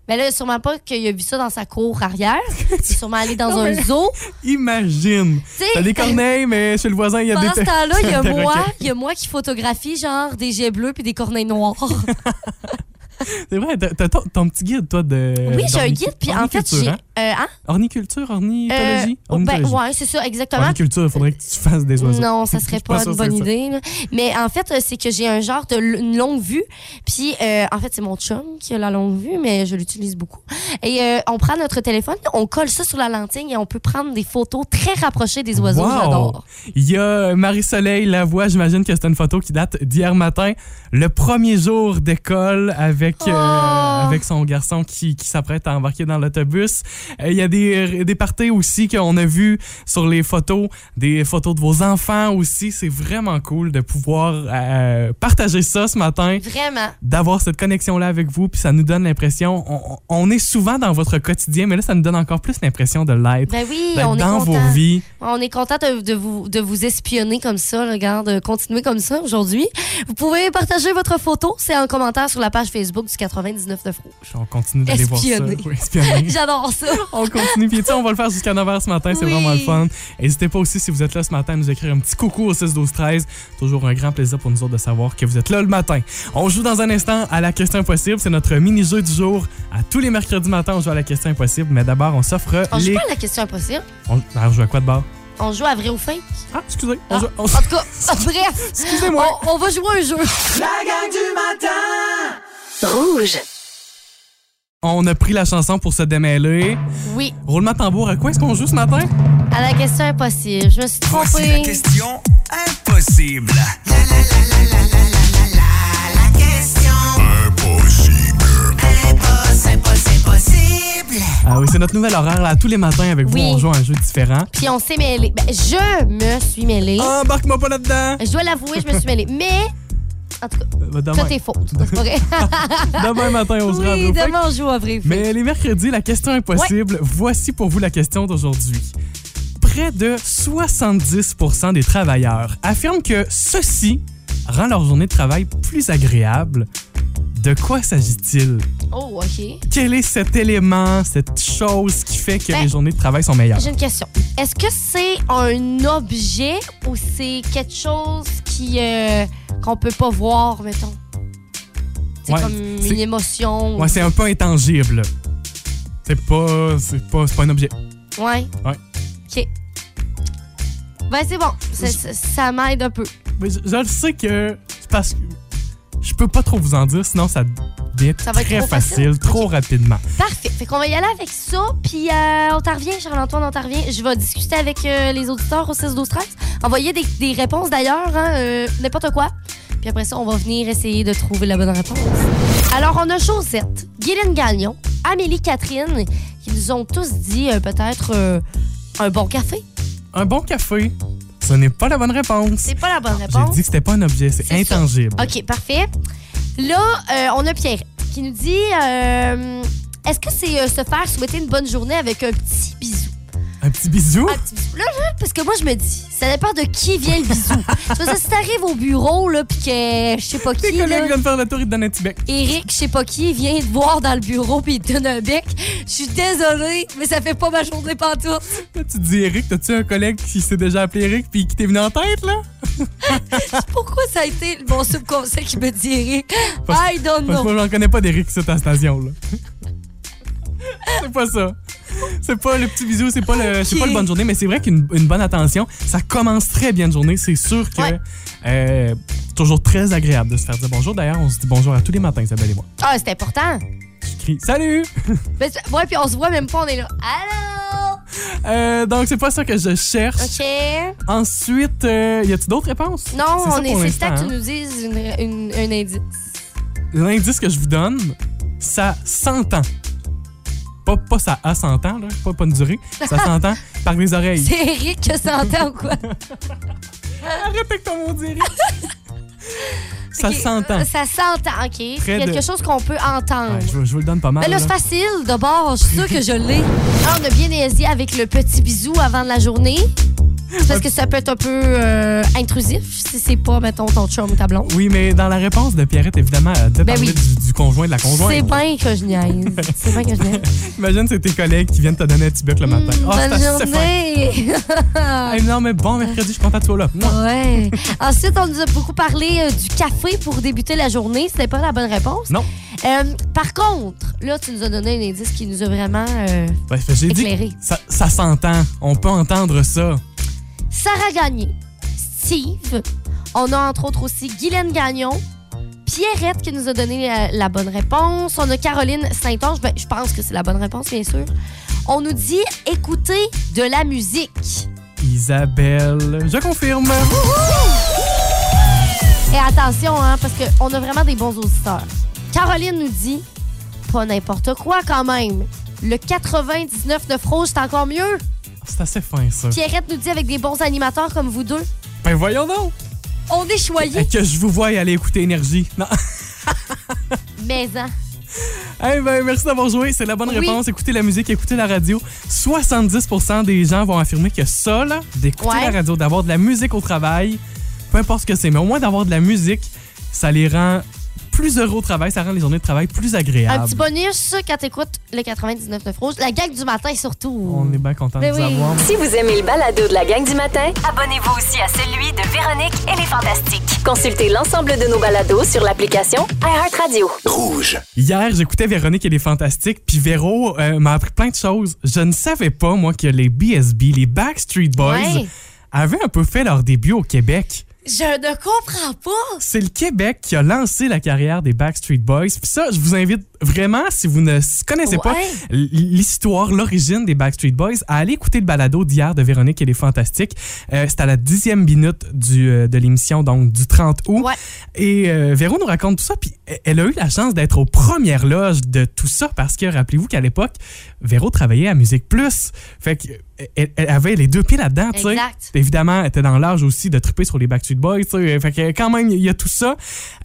Speaker 5: Mais là, sûrement pas qu'il a vu ça dans sa cour arrière. Il est sûrement allé dans un zoo.
Speaker 4: Imagine.
Speaker 5: Tu sais,
Speaker 4: T'as des corneilles, mais chez le voisin, il y a
Speaker 5: Pendant
Speaker 4: des.
Speaker 5: ce temps-là, il y a
Speaker 4: des
Speaker 5: moi,
Speaker 4: requins.
Speaker 5: il y a moi qui photographie genre des jets bleus puis des corneilles noires.
Speaker 4: C'est vrai, t'as t'as ton, ton petit guide, toi, de.
Speaker 5: Oui, j'ai un
Speaker 4: d'orni-
Speaker 5: guide puis en fait,
Speaker 4: orniculture,
Speaker 5: j'ai
Speaker 4: Euh, hein?
Speaker 5: euh, hein?
Speaker 4: Orniculture, ornithologie.
Speaker 5: Euh, ben,
Speaker 4: ornithologie.
Speaker 5: ouais, c'est ça exactement.
Speaker 4: Orniculture, faudrait que tu fasses des oiseaux.
Speaker 5: Non, ça
Speaker 4: Je
Speaker 5: serait
Speaker 4: suis
Speaker 5: pas
Speaker 4: sûr
Speaker 5: une
Speaker 4: que c'est
Speaker 5: bonne
Speaker 4: ça.
Speaker 5: idée. là. Mais en fait, euh, c'est que j'ai un genre de l- une longue vue. Puis, euh, en fait, c'est mon chum qui a la longue vue, mais je l'utilise beaucoup. Et euh, on prend notre téléphone, on colle ça sur la lentille et on peut prendre des photos très rapprochées des oiseaux.
Speaker 4: Wow!
Speaker 5: J'adore.
Speaker 4: Il y a euh, Marie-Soleil Lavoie, j'imagine que c'est une photo qui date d'hier matin, le premier jour d'école avec, euh,
Speaker 5: Oh!
Speaker 4: avec son garçon qui, qui s'apprête à embarquer dans l'autobus. Euh, il y a des, des parties aussi qu'on a vues sur les photos, des photos de vos enfants aussi. C'est vraiment cool de pouvoir euh, partager ça ce matin
Speaker 5: Vraiment.
Speaker 4: d'avoir cette connexion-là avec vous, puis ça nous donne l'impression, on, on est souvent dans votre quotidien, mais là, ça nous donne encore plus l'impression de l'être,
Speaker 5: Ben oui,
Speaker 4: d'être
Speaker 5: on est
Speaker 4: dans
Speaker 5: content.
Speaker 4: vos vies.
Speaker 5: On est content de, de vous, de vous espionner comme ça. là. Regarde, continuez comme ça aujourd'hui. Vous pouvez partager votre photo. C'est en commentaire sur la page Facebook du 99 de Rouge.
Speaker 4: On continue d'aller voir ça.
Speaker 5: Espionner.
Speaker 4: Oui, espionner.
Speaker 5: J'adore ça.
Speaker 4: On continue. Puis tu sais, on va le faire jusqu'à 9h ce matin. C'est
Speaker 5: Oui.
Speaker 4: vraiment le fun. N'hésitez pas aussi, si vous êtes là ce matin, à nous écrire un petit coucou au 6-12-13. Toujours un grand plaisir pour nous autres de savoir que vous êtes là le matin. On joue dans un instant à la question impossible. C'est notre mini-jeu du jour. À tous les mercredis matins, on joue à la question impossible. Mais d'abord, on s'offre
Speaker 5: On joue
Speaker 4: les...
Speaker 5: pas à la question impossible.
Speaker 4: On... Ah, on joue à quoi de bord?
Speaker 5: On joue à vrai ou fake.
Speaker 4: Ah, excusez. On joue... on-
Speaker 5: En tout cas, bref.
Speaker 4: Excusez-moi.
Speaker 5: On, on va jouer à un jeu.
Speaker 1: La gang du matin
Speaker 2: Rouge.
Speaker 4: On a pris la chanson pour se démêler.
Speaker 5: Oui,
Speaker 4: Roulement de tambour, à quoi est-ce qu'on joue ce matin?
Speaker 5: à la question impossible. Je me suis trompée.
Speaker 7: question impossible.
Speaker 4: Ah oui, c'est notre nouvel horaire. Là. Tous les matins, avec
Speaker 5: Oui.
Speaker 4: vous, on joue à un jeu différent.
Speaker 5: Puis on s'est mêlé. Ben, je me suis mêlée.
Speaker 4: Ah. Embarque-moi pas là-dedans!
Speaker 5: Je dois l'avouer, je me suis mêlée. Mais,
Speaker 4: Ah
Speaker 5: en tout cas,
Speaker 4: Euh,
Speaker 5: tout
Speaker 4: Demain,
Speaker 5: est faux. C'est pas vrai.
Speaker 4: demain matin, on se rend
Speaker 5: oui,
Speaker 4: au fait.
Speaker 5: demain, on joue à vrai ou fake.
Speaker 4: Mais les mercredis, la question impossible, voici pour vous la question d'aujourd'hui. Près de 70 des travailleurs affirment que ceci rend leur journée de travail plus agréable. De quoi s'agit-il?
Speaker 5: Oh, OK.
Speaker 4: Quel est cet élément, cette chose qui fait que
Speaker 5: Ben,
Speaker 4: les journées de travail sont meilleures?
Speaker 5: J'ai une question. Est-ce que c'est un objet ou c'est quelque chose qui euh, qu'on peut pas voir, mettons? C'est
Speaker 4: Ouais,
Speaker 5: comme
Speaker 4: c'est-
Speaker 5: une émotion.
Speaker 4: Ouais, c'est un peu intangible. là. C'est pas, c'est pas, c'est pas un objet.
Speaker 5: Ouais.
Speaker 4: Ouais.
Speaker 5: OK. Ben, c'est bon. Ça- ça- ça m'aide un peu.
Speaker 4: Mais je, je le sais que c'est parce que je peux pas trop vous en dire, sinon ça devient
Speaker 5: Ça va être
Speaker 4: très
Speaker 5: trop facile.
Speaker 4: facile, trop
Speaker 5: Ok.
Speaker 4: rapidement.
Speaker 5: Parfait. Fait qu'on va y aller avec ça, puis euh, on t'en revient, Charles-Antoine, on t'en revient. Je vais discuter avec euh, les auditeurs au 6 12 13 Envoyez des, des réponses d'ailleurs, hein, euh, n'importe quoi. Puis après ça, on va venir essayer de trouver la bonne réponse. Alors, on a Josette, Guylaine Gagnon, Amélie Catherine, qui nous ont tous dit euh, peut-être euh, un bon café.
Speaker 4: Un bon café, ce n'est pas la bonne réponse.
Speaker 5: C'est pas la bonne
Speaker 4: J'ai
Speaker 5: réponse.
Speaker 4: dit que c'était pas un objet, c'est
Speaker 5: C'est ça.
Speaker 4: intangible.
Speaker 5: OK, parfait. Là, euh, on a Pierre qui nous dit euh, Est-ce que c'est euh, se faire souhaiter une bonne journée avec un petit bisou?
Speaker 4: Un petit bisou.
Speaker 5: un petit bisou. Ah, Là, là, parce que moi, je me dis, ça dépend de qui vient le bisou. Tu vois, si t'arrives au bureau, là, puis que je sais pas
Speaker 4: Tes
Speaker 5: qui,
Speaker 4: collègues
Speaker 5: là,
Speaker 4: viennent faire le tour, ils te donnent un petit bec.
Speaker 5: Eric, je sais pas qui, vient te voir dans le bureau, puis il te donne un bec, je suis désolée, mais ça fait pas ma journée pantoute.
Speaker 4: Là, tu te dis, Eric, t'as-tu un collègue qui s'est déjà appelé Eric puis qui t'est venu en tête, là?
Speaker 5: Pourquoi ça a été mon subconscient qui me dit Eric? I
Speaker 4: Parce
Speaker 5: don't
Speaker 4: que
Speaker 5: know.
Speaker 4: moi, j'en connais pas d'Eric sur ta station, là. c'est pas ça. C'est pas le petit bisou, c'est pas le, c'est
Speaker 5: Ok.
Speaker 4: pas le bonne journée, mais c'est vrai qu'une une bonne attention, ça commence très bien une journée. C'est sûr que
Speaker 5: Ouais.
Speaker 4: euh, c'est toujours très agréable de se faire dire bonjour. D'ailleurs, on se dit bonjour à tous les matins, Isabelle et moi.
Speaker 5: Ah, c'est important.
Speaker 4: Je crie salut.
Speaker 5: Mais, tu- ouais, puis on se voit même pas, on est là. Allô?
Speaker 4: Euh, donc c'est pas ça que je cherche.
Speaker 5: OK.
Speaker 4: Ensuite, euh, y a-tu d'autres réponses
Speaker 5: Non,
Speaker 4: ça
Speaker 5: on
Speaker 4: pour
Speaker 5: est, c'est
Speaker 4: l'instant,
Speaker 5: temps que tu
Speaker 4: hein.
Speaker 5: nous dises une- une- un indice.
Speaker 4: L'indice que je vous donne, ça s'entend. Pas, pas ça à 100 ans, là, pas, pas une durée. Ça s'entend par les oreilles.
Speaker 5: C'est Eric que ça entend ou quoi?
Speaker 4: Répète ton mot, Eric. Ça
Speaker 5: Ok, euh,
Speaker 4: s'entend.
Speaker 5: Ça s'entend, OK.
Speaker 4: Près
Speaker 5: C'est quelque
Speaker 4: de-
Speaker 5: chose qu'on peut entendre.
Speaker 4: Ouais, je, vous- je vous le donne pas mal.
Speaker 5: Ben là,
Speaker 4: là.
Speaker 5: c'est facile. D'abord, je suis sûre que je l'ai. Ah, on a bien hésité avec le petit bisou avant de la journée. C'est Parce que ça peut être un peu euh, intrusif si c'est pas, mettons, ton chum ou ta blonde.
Speaker 4: Oui, mais dans la réponse de Pierrette, évidemment, elle devait
Speaker 5: Ben
Speaker 4: parler
Speaker 5: oui.
Speaker 4: du, du conjoint de la
Speaker 5: C'est
Speaker 4: conjointe.
Speaker 5: bien que je niaise. C'est bien que je niaise.
Speaker 4: Imagine, c'est tes collègues qui viennent te donner un petit bec le matin. Ah, c'est
Speaker 5: Hmm, Bonne
Speaker 4: assez fin.
Speaker 5: journée!
Speaker 4: Hey, non, mais bon mercredi, je suis content de toi là. Mouah.
Speaker 5: ouais. Ensuite, on nous a beaucoup parlé euh, du café pour débuter la journée. C'était pas la bonne réponse.
Speaker 4: Non.
Speaker 5: Euh, par contre, là, tu nous as donné un indice qui nous a vraiment. euh,
Speaker 4: Ouais, fait, J'ai dit
Speaker 5: Éclairé.
Speaker 4: que ça, ça s'entend. On peut entendre ça.
Speaker 5: Sarah Gagné, Steve. On a entre autres aussi Guylaine Gagnon. Pierrette qui nous a donné la, la bonne réponse. On a Caroline Saint-Onge. Ben, je pense que c'est la bonne réponse, bien sûr. On nous dit écouter de la musique.
Speaker 4: Isabelle, je confirme. Ah,
Speaker 5: Et attention, hein, parce qu'on a vraiment des bons auditeurs. Caroline nous dit pas n'importe quoi quand même. Le 99 rouge, c'est encore mieux.
Speaker 4: C'est assez fin, ça.
Speaker 5: Pierrette nous dit avec des bons animateurs comme vous deux.
Speaker 4: Ben voyons donc.
Speaker 5: On est choyés.
Speaker 4: Hey, que je vous voie aller écouter Énergie. Non.
Speaker 5: Mais, hein,
Speaker 4: Hey, ben, merci d'avoir joué. C'est la bonne
Speaker 5: Oui.
Speaker 4: réponse. Écoutez la musique, écoutez la radio. 70 des gens vont affirmer que ça, là, d'écouter
Speaker 5: Ouais.
Speaker 4: la radio, d'avoir de la musique au travail, peu importe ce que c'est, mais au moins d'avoir de la musique, ça les rend plus heureux au travail, ça rend les journées de travail plus agréables.
Speaker 5: Un petit bonus ça, quand t'écoutes le 99.9 rouge. La gang du matin, surtout.
Speaker 4: On est bien content de
Speaker 5: Ben
Speaker 4: vous
Speaker 5: oui.
Speaker 4: avoir.
Speaker 2: Si vous aimez le balado de la gang du matin,
Speaker 3: Abonnez-vous aussi à celui de Véronique et les Fantastiques.
Speaker 2: consultez l'ensemble de nos balados sur l'application iHeartRadio.
Speaker 6: Rouge.
Speaker 4: Hier, j'écoutais Véronique et les Fantastiques, puis Véro euh, m'a appris plein de choses. Je ne savais pas, moi, que les BSB, les Backstreet Boys,
Speaker 5: Ouais.
Speaker 4: avaient un peu fait leur début au Québec.
Speaker 5: Je ne comprends pas.
Speaker 4: C'est le Québec qui a lancé la carrière des Backstreet Boys. Puis ça, je vous invite vraiment, si vous ne s- connaissez pas
Speaker 5: Ouais.
Speaker 4: l- l'histoire, l'origine des Backstreet Boys, à aller écouter le balado d'hier de Véronique et les Fantastiques. Euh, C'est à la dixième minute du, euh, de l'émission, donc du 30 août.
Speaker 5: Ouais.
Speaker 4: Et euh, Véro nous raconte tout ça, puis e- elle a eu la chance d'être aux premières loges de tout ça, parce que rappelez-vous qu'à l'époque, Véro travaillait à Musique Plus. Fait que, euh, elle, elle avait les deux pieds là-dedans, tu sais.
Speaker 5: Exact.
Speaker 4: Évidemment, elle était dans l'âge aussi de triper sur les Backstreet Boys. tu sais. Fait que quand même, il y a tout ça.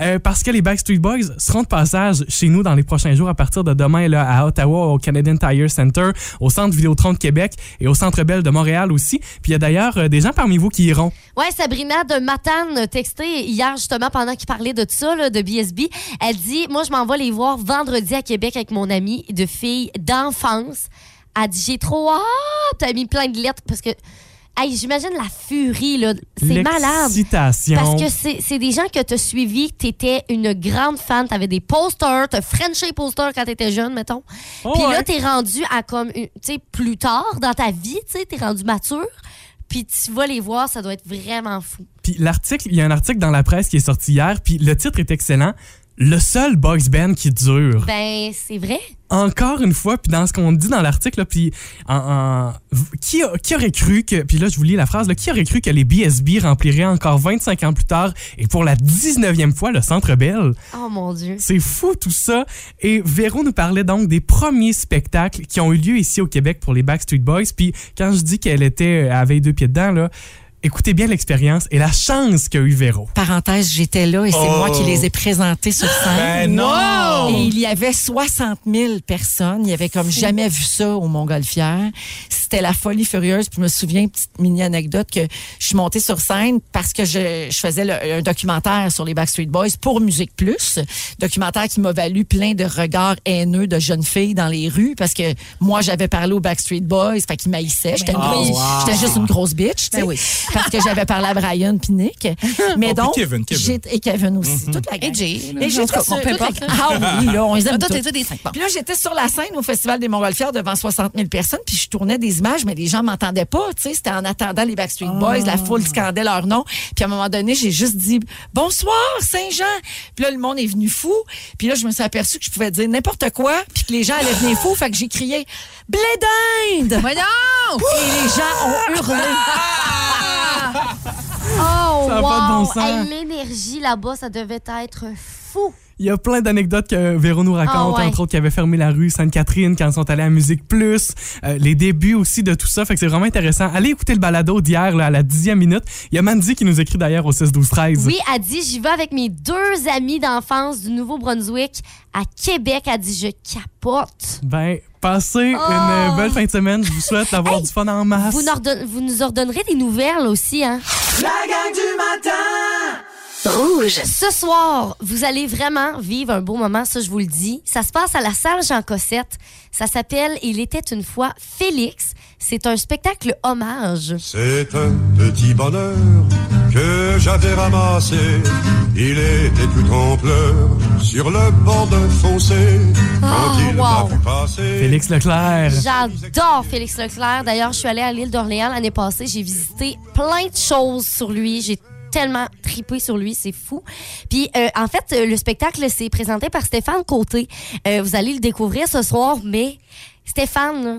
Speaker 4: Euh, parce que les Backstreet Boys seront de passage chez nous dans les prochains jours à partir de demain là, à Ottawa, au Canadian Tire Center, au Centre Vidéotron de Québec et au Centre Bell de Montréal aussi. Puis il y a d'ailleurs euh, des gens parmi vous qui iront.
Speaker 5: Ouais, Sabrina de Matane a texté hier, justement, pendant qu'il parlait de tout ça, là, de BSB. Elle dit Moi, je m'en vais les voir vendredi à Québec avec mon ami de filles d'enfance. Elle dit J'ai trop hâte. Elle a mis plein de lettres parce que. Hey, J'imagine la furie, là. C'est malade.
Speaker 4: L'excitation.
Speaker 5: Parce que c'est c'est des gens que tu as suivis, tu étais une grande fan, tu avais des posters, tu Frenché les posters quand tu étais jeune, mettons.
Speaker 4: Oh
Speaker 5: puis là,
Speaker 4: ouais.
Speaker 5: tu es rendu à comme, une- tu sais, plus tard dans ta vie, tu sais, tu es rendu mature. Puis tu vas les voir, ça doit être vraiment fou.
Speaker 4: Puis l'article, il y a un article dans la presse qui est sorti hier, puis le titre est excellent. Le seul boys band qui dure.
Speaker 5: Ben, c'est vrai.
Speaker 4: encore une fois, puis dans ce qu'on dit dans l'article, là, puis en, en- v- qui, a- qui aurait cru que, puis là je vous lis la phrase, là, qui aurait cru que les BSB rempliraient encore 25 ans plus tard et pour la 19e fois le Centre Bell?
Speaker 5: Oh mon Dieu.
Speaker 4: C'est fou tout ça. Et Véro nous parlait donc des premiers spectacles qui ont eu lieu ici au Québec pour les Backstreet Boys. Puis quand je dis qu'elle était euh, avec deux pieds dedans, là, écoutez bien l'expérience et la chance qu'a eu Véro.
Speaker 9: Parenthèse, j'étais là et c'est
Speaker 7: Oh.
Speaker 9: moi qui les ai présentés sur scène.
Speaker 7: Ben non!
Speaker 9: Et il y avait 60 000 personnes. Il y avait comme jamais vu ça au Montgolfière. C'était la folie furieuse. Puis je me souviens, petite mini-anecdote, que je suis montée sur scène parce que je, je faisais le- un documentaire sur les Backstreet Boys pour Musique Plus. Documentaire qui m'a valu plein de regards haineux de jeunes filles dans les rues parce que moi, j'avais parlé aux Backstreet Boys. Fait qu'ils maïssaient. J'étais une
Speaker 7: Ben
Speaker 9: grosse- j'étais
Speaker 7: Ah,
Speaker 9: juste une grosse bitch. tu sais, Parce que j'avais parlé à Brian Pinnick. Mais
Speaker 7: Oh, puis
Speaker 9: donc,
Speaker 7: Kevin, Kevin. Mm-hmm.
Speaker 9: j'ai- et Kevin aussi. Toute la gang.
Speaker 10: Et Jay, là,
Speaker 9: Et Jay,
Speaker 10: en tout cas,
Speaker 9: toute-
Speaker 10: on peut
Speaker 9: toute
Speaker 10: pas.
Speaker 9: la- Ah oui, là, on les aime
Speaker 10: Tout
Speaker 9: tous.
Speaker 10: est tout des cinq. Bon.
Speaker 9: Puis là, j'étais sur la scène au Festival des Montgolfières devant 60 000 personnes, puis je tournais des images, mais les gens m'entendaient pas. Tu sais, c'était en attendant les Backstreet
Speaker 10: Ah.
Speaker 9: Boys, la foule scandait leur nom. Puis à un moment donné, j'ai juste dit bonsoir Saint-Jean. Puis là, le monde est venu fou. Puis là, je me suis aperçue que je pouvais dire n'importe quoi, puis que les gens allaient venir fous. Fait que j'ai crié blé d'Inde.
Speaker 10: Voyons! Ah!
Speaker 9: Et les gens ont hurlé. Ah!
Speaker 5: Oh,
Speaker 4: Ça a
Speaker 5: wow.
Speaker 4: pas de bon sens.
Speaker 5: Oh, Hey, L'énergie là-bas, ça devait être fou.
Speaker 4: Il y a plein d'anecdotes que Véro nous raconte,
Speaker 5: Ah ouais.
Speaker 4: entre autres, qui avait fermé la rue Sainte-Catherine quand ils sont allés à Musique Plus, euh, les débuts aussi de tout ça. Fait que c'est vraiment intéressant. Allez écouter le balado d'hier, là, à la dixième minute. Il y a Mandy qui nous écrit d'ailleurs au 6-12-13.
Speaker 5: Oui, a dit J'y vais avec mes deux amis d'enfance du Nouveau-Brunswick à Québec. A dit Je capote.
Speaker 4: Ben, passez
Speaker 5: Oh.
Speaker 4: une euh, belle fin de semaine. Je vous souhaite d'avoir
Speaker 5: Hey,
Speaker 4: du fun en masse.
Speaker 5: Vous, n'ordonne- vous nous ordonnerez des nouvelles aussi, hein?
Speaker 1: La gang du matin!
Speaker 2: Rouge.
Speaker 5: Ce soir, vous allez vraiment vivre un beau moment, ça je vous le dis. Ça se passe à la salle Jean Cossette. Ça s'appelle Il était une fois Félix. C'est un spectacle hommage.
Speaker 10: C'est un petit bonheur que j'avais ramassé. Il était tout en pleurs sur le bord d'un foncé. Quand
Speaker 5: Oh,
Speaker 10: il
Speaker 5: wow.
Speaker 10: m'a vu passer.
Speaker 4: Félix Leclerc.
Speaker 5: J'adore Félix Leclerc. D'ailleurs, je suis allée à l'île d'Orléans l'année passée. J'ai visité plein de choses sur lui. J'ai tellement tripé sur lui, c'est fou. Puis euh, en fait, euh, le spectacle c'est présenté par Stéphane Côté. Euh, vous allez le découvrir ce soir, mais Stéphane, là,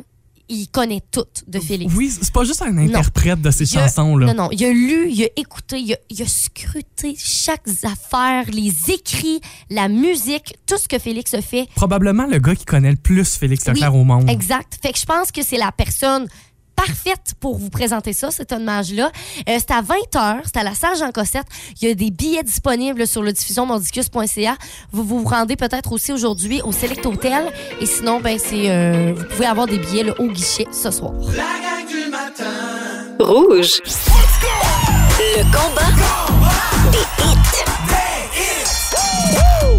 Speaker 5: il connaît tout de Félix.
Speaker 4: Oui, c'est pas juste un interprète de ces
Speaker 5: Il a-
Speaker 4: chansons-là.
Speaker 5: Non, non. Il a lu, il a écouté, il a, il a scruté chaque affaire, les écrits, la musique, tout ce que Félix a fait.
Speaker 4: Probablement le gars qui connaît le plus Félix
Speaker 5: Oui,
Speaker 4: Leclerc au monde.
Speaker 5: Exact. Fait que je pense que c'est la personne parfaite pour vous présenter ça, cet hommage-là. Euh, c'est à 20h, c'est à la salle Jean-Cossette. Il y a des billets disponibles sur le diffusionmordicus.ca. Vous vous rendez peut-être aussi aujourd'hui au Select Hotel. Et sinon, ben, c'est, euh, vous pouvez avoir des billets là, au guichet ce soir.
Speaker 1: La gang du matin!
Speaker 2: Rouge. Le combat.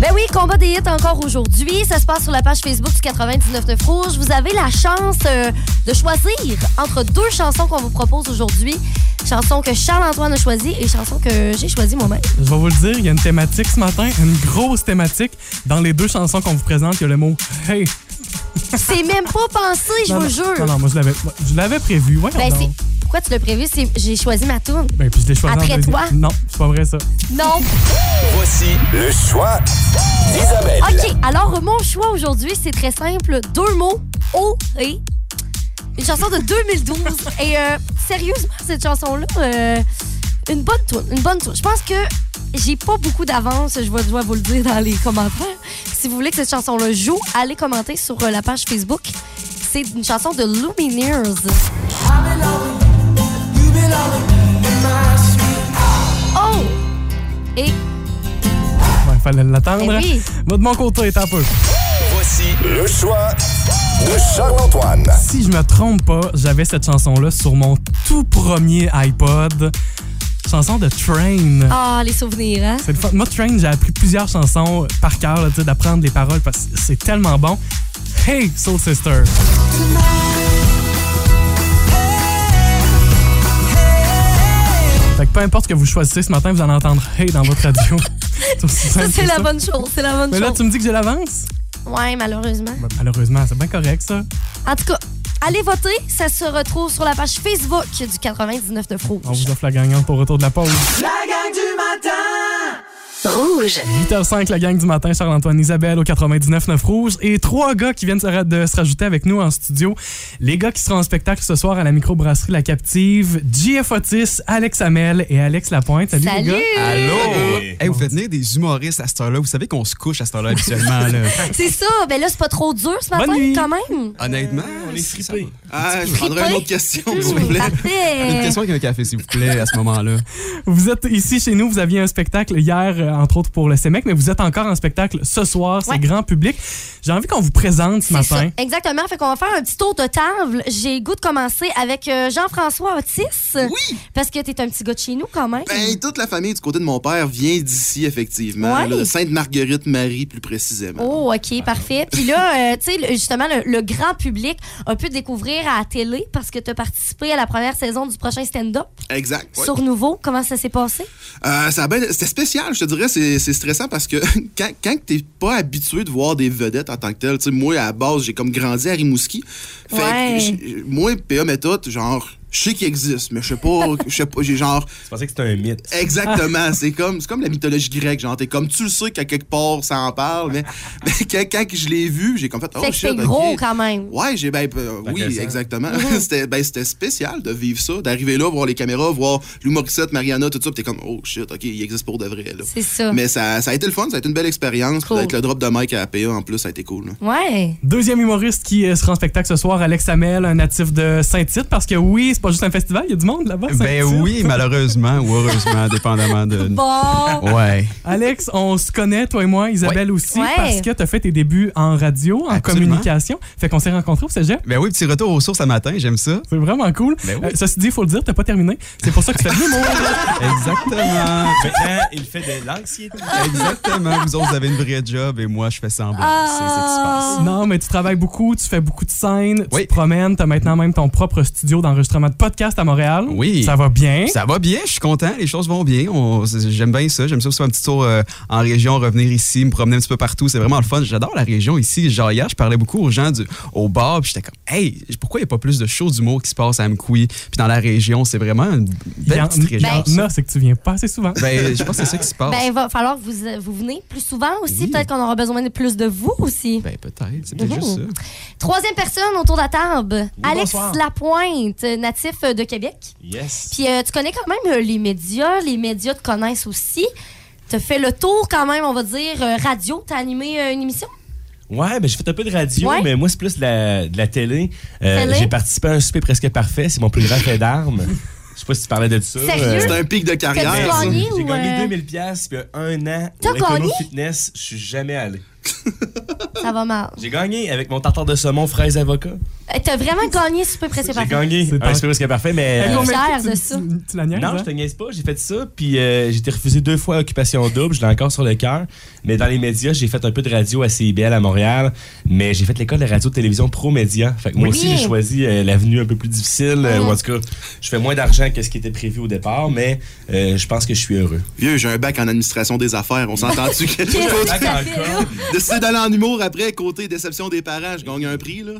Speaker 5: Ben oui, combat des hits encore aujourd'hui. Ça se passe sur la page Facebook du 99.9 Rouge. Vous avez la chance euh, de choisir entre deux chansons qu'on vous propose aujourd'hui. Chansons que Charles-Antoine a choisies et chansons que j'ai choisies moi-même.
Speaker 4: Je vais vous le dire, il y a une thématique ce matin, une grosse thématique. Dans les deux chansons qu'on vous présente, il y a le mot Hey.
Speaker 5: C'est même pas pensé, je
Speaker 4: Non,
Speaker 5: vous
Speaker 4: non,
Speaker 5: le
Speaker 4: Non,
Speaker 5: jure.
Speaker 4: non, moi je l'avais, moi, je l'avais prévu. Voyons
Speaker 5: Ben,
Speaker 4: donc.
Speaker 5: c'est... Pourquoi tu l'as prévu? C'est... J'ai choisi ma tourne.
Speaker 4: Ben, puis je l'ai choisi en
Speaker 5: Après
Speaker 4: deuxième.
Speaker 5: toi?
Speaker 4: Non, c'est pas vrai ça.
Speaker 5: Non.
Speaker 6: Voici le choix d'Isabelle.
Speaker 5: OK. Alors, mon choix aujourd'hui, c'est très simple. Deux mots. O et. Une chanson de 2012. et euh, sérieusement, cette chanson-là, euh, une bonne tourne. Une bonne tourne. Je pense que j'ai pas beaucoup d'avance. Je vais- je dois vous le dire dans les commentaires. Si vous voulez que cette chanson-là joue, allez commenter sur euh, la page Facebook. C'est une chanson de Lumineers. Oh! Et
Speaker 4: Ouais, fallait l'attendre.
Speaker 5: Ben oui.
Speaker 4: Moi, de mon côté, est un peu.
Speaker 6: Voici le choix de Charles-Antoine.
Speaker 4: Si je me trompe pas, j'avais cette chanson-là sur mon tout premier iPod. Chanson de Train.
Speaker 5: Ah, les souvenirs, hein?
Speaker 4: C'est le fun. Moi, Train, j'ai appris plusieurs chansons par cœur, là, tu sais, d'apprendre les paroles parce que c'est tellement bon. Hey, Soul Sister. Fait que peu importe ce que vous choisissez ce matin, vous allez entendre Hey dans votre radio. C'est aussi
Speaker 5: Ça,
Speaker 4: simple
Speaker 5: c'est
Speaker 4: que
Speaker 5: la
Speaker 4: ça.
Speaker 5: bonne chose. C'est la bonne
Speaker 4: Mais
Speaker 5: chose.
Speaker 4: là, tu me dis que j'ai l'avance?
Speaker 5: Ouais, malheureusement.
Speaker 4: Ben, malheureusement, c'est bien correct, ça.
Speaker 5: En tout cas, allez voter. Ça se retrouve sur la page Facebook du 99 de Rouge.
Speaker 4: On vous offre la gagnante pour retour de la pause.
Speaker 1: La gang du matin!
Speaker 2: Rouge.
Speaker 4: 8h05, la gang du matin, Charles-Antoine Isabelle au 99.9 Rouge et trois gars qui viennent se ra- de se rajouter avec nous en studio. Les gars qui seront en spectacle ce soir à la microbrasserie La Captive, JF Otis, Alex Hamel et Alex Lapointe. Salut, les
Speaker 5: Salut!
Speaker 4: gars!
Speaker 11: Allô? Hey, vous faites venir des humoristes à cette heure-là. Vous savez qu'on se couche à cette heure-là habituellement. Là.
Speaker 5: C'est ça. Ben là, c'est pas trop dur ce matin,
Speaker 4: Bonne nuit.
Speaker 5: quand même.
Speaker 11: Honnêtement, on est
Speaker 4: frippés.
Speaker 11: Ah, je prendrai
Speaker 5: Frippés?
Speaker 11: une autre question, s'il vous plaît. Une
Speaker 5: Mmh, Parfait.
Speaker 11: question avec un café, s'il vous plaît, à ce moment-là.
Speaker 4: Vous êtes ici chez nous, vous aviez un spectacle hier, euh, entre autres pour le CEMEC, mais vous êtes encore en spectacle ce soir, c'est
Speaker 5: Ouais.
Speaker 4: grand public. J'ai envie qu'on vous présente ce
Speaker 5: C'est ça.
Speaker 4: matin.
Speaker 5: Exactement. Fait qu'on va faire un petit tour de table. J'ai le goût de commencer avec euh, Jean-François Otis.
Speaker 11: Oui!
Speaker 5: Parce que t'es un petit gars de chez nous, quand même.
Speaker 11: Ben, toute la famille du côté de mon père vient d'ici, effectivement.
Speaker 5: Ouais.
Speaker 11: là, de Sainte-Marguerite-Marie, plus précisément.
Speaker 5: Oh, OK, parfait. Puis là, euh, tu sais, le- justement, le, le grand public a pu te découvrir à la télé parce que tu as participé à la première saison du prochain stand-up
Speaker 11: Exact. ouais.
Speaker 5: sur Nouveau. Comment ça s'est passé?
Speaker 11: Euh, ça a ben- C'était spécial, je te dirais. C'est c'est stressant parce que quand, quand t'es pas habitué de voir des vedettes en tant que telles, tu sais, moi, à la base, j'ai comme grandi à Rimouski. Fait que
Speaker 5: Ouais.
Speaker 11: j- moi, PA méthode, genre, Je sais qu'il existe, mais je sais pas, je sais pas, j'ai genre.
Speaker 12: Je pensais que c'était un
Speaker 11: Ben
Speaker 12: mythe.
Speaker 11: Exactement, c'est comme, c'est comme la mythologie grecque, genre, t'es comme, tu le sais qu'à quelque part, ça en parle, mais, mais quand, quand je l'ai vu, j'ai comme fait, oh
Speaker 5: fait que
Speaker 11: shit, ok.
Speaker 5: c'est gros quand même.
Speaker 11: Ouais, j'ai ben, euh, oui,
Speaker 5: Intéressant.
Speaker 11: exactement.
Speaker 5: Mhm.
Speaker 11: c'était ben, c'était spécial de vivre ça, d'arriver là, voir les caméras, voir Lou Morissette, Mariana, tout ça, puis t'es comme oh shit, ok, il existe pour de vrai là.
Speaker 5: C'est ça.
Speaker 11: Mais ça, ça a été le fun, ça a été une belle expérience. puis
Speaker 5: Cool.
Speaker 11: Avec le drop de mic à APA en plus, ça a été cool. là.
Speaker 5: Ouais.
Speaker 4: Deuxième humoriste qui euh, sera en spectacle ce soir, Alex Hamel, un natif de Saint-Tite, parce que oui, c'est pas juste un festival, il y a du monde là-bas.
Speaker 13: Ben
Speaker 4: Saint-Tite.
Speaker 13: oui, malheureusement ou heureusement, dépendamment de.
Speaker 5: Bon.
Speaker 13: Ouais.
Speaker 4: Alex, on se connaît, toi et moi, Isabelle aussi,
Speaker 13: Ouais.
Speaker 4: parce que t'as fait tes débuts en radio, en communication. Fait qu'on s'est rencontrés au cégep.
Speaker 13: Ben oui, petit retour aux sources ce matin, j'aime ça.
Speaker 4: C'est vraiment cool.
Speaker 13: Ben oui.
Speaker 4: Euh, ceci dit, il faut le dire, t'as pas terminé. C'est pour ça que tu fais de l'humour.
Speaker 13: Exactement.
Speaker 12: Maintenant, hein, il fait de l'anxiété.
Speaker 13: Exactement. Vous autres, vous avez une vraie job et moi, je fais semblant. C'est ça qui se passe.
Speaker 4: Non, mais tu travailles beaucoup, tu fais beaucoup de scènes, tu te promènes, t'as maintenant même ton propre studio d'enregistrement de podcast à Montréal.
Speaker 13: Oui.
Speaker 4: Ça va bien.
Speaker 13: Ça va bien, je suis content, les choses vont bien. On- c'est- J'aime bien ça. J'aime ça aussi faire un petit tour euh, en région, revenir ici, me promener un petit peu partout. C'est vraiment le fun. J'adore la région ici. Genre hier, je parlais beaucoup aux gens du, au bar, puis j'étais comme, hey, pourquoi il n'y a pas plus de shows d'humour qui se passent à Amkoui? Puis dans la région, c'est vraiment une
Speaker 4: Il y
Speaker 13: belle
Speaker 4: en-
Speaker 13: petite
Speaker 4: il y
Speaker 13: région.
Speaker 4: en a, c'est que tu viens pas assez souvent.
Speaker 13: Ben, je pense que c'est ça qui se passe.
Speaker 5: Ben, il va falloir que vous, vous venez plus souvent aussi. Peut-être qu'on aura besoin de plus de vous aussi.
Speaker 13: Ben, peut-être. C'est peut-être
Speaker 5: Mhm.
Speaker 13: juste ça.
Speaker 5: Troisième personne autour de la table, Alex
Speaker 13: bonsoir.
Speaker 5: Lapointe, natif de Québec.
Speaker 12: Yes.
Speaker 5: Puis euh, tu connais quand même euh, les médias, les médias te connaissent aussi. Tu fait le tour quand même, on va dire, euh, radio, t'as animé euh, une émission?
Speaker 12: Ouais, ben j'ai fait un peu de radio,
Speaker 5: Ouais.
Speaker 12: mais moi, c'est plus de la, de la télé. Euh,
Speaker 5: Télé?
Speaker 12: J'ai participé à un souper presque parfait. C'est mon plus grand fait d'armes. Je sais pas si tu parlais de ça. Euh,
Speaker 5: Sérieux? C'est un pic de carrière, T'as-tu ça. gagné
Speaker 12: J'ai
Speaker 5: ou,
Speaker 12: gagné
Speaker 5: euh,
Speaker 12: 2000 pièces puis un an
Speaker 5: T'as
Speaker 12: au Econo
Speaker 5: gagné?
Speaker 12: Fitness. Je suis jamais allé.
Speaker 5: Ça va mal.
Speaker 12: J'ai gagné avec mon tartare de saumon, fraise, avocat.
Speaker 5: Euh, T'as vraiment gagné Super Pressé
Speaker 12: J'ai
Speaker 5: Parfait.
Speaker 12: gagné un souper presque parfait, mais...
Speaker 5: Elle est
Speaker 12: euh,
Speaker 5: fière de ça.
Speaker 4: Tu la niaises,
Speaker 12: Non,
Speaker 4: hein?
Speaker 12: je te niaise pas. J'ai fait ça, puis euh, j'ai été refusé deux fois à Occupation Double. Je l'ai encore sur le cœur. Mais dans les médias, j'ai fait un peu de radio à CIBL à Montréal. Mais j'ai fait l'école de radio-télévision pro-média. Fait que moi
Speaker 7: Oui.
Speaker 12: aussi, j'ai choisi euh, l'avenue un peu plus difficile. euh, ou en tout cas, je fais moins d'argent que ce qui était prévu au départ, mais euh, je pense que je suis heureux.
Speaker 11: Vieux, j'ai un bac en administration des affaires, on s'entend-tu? que-
Speaker 12: Qu'est-ce que ça fait, là?
Speaker 11: Décider d'aller en humour après, côté déception des parents, je gagne un prix là.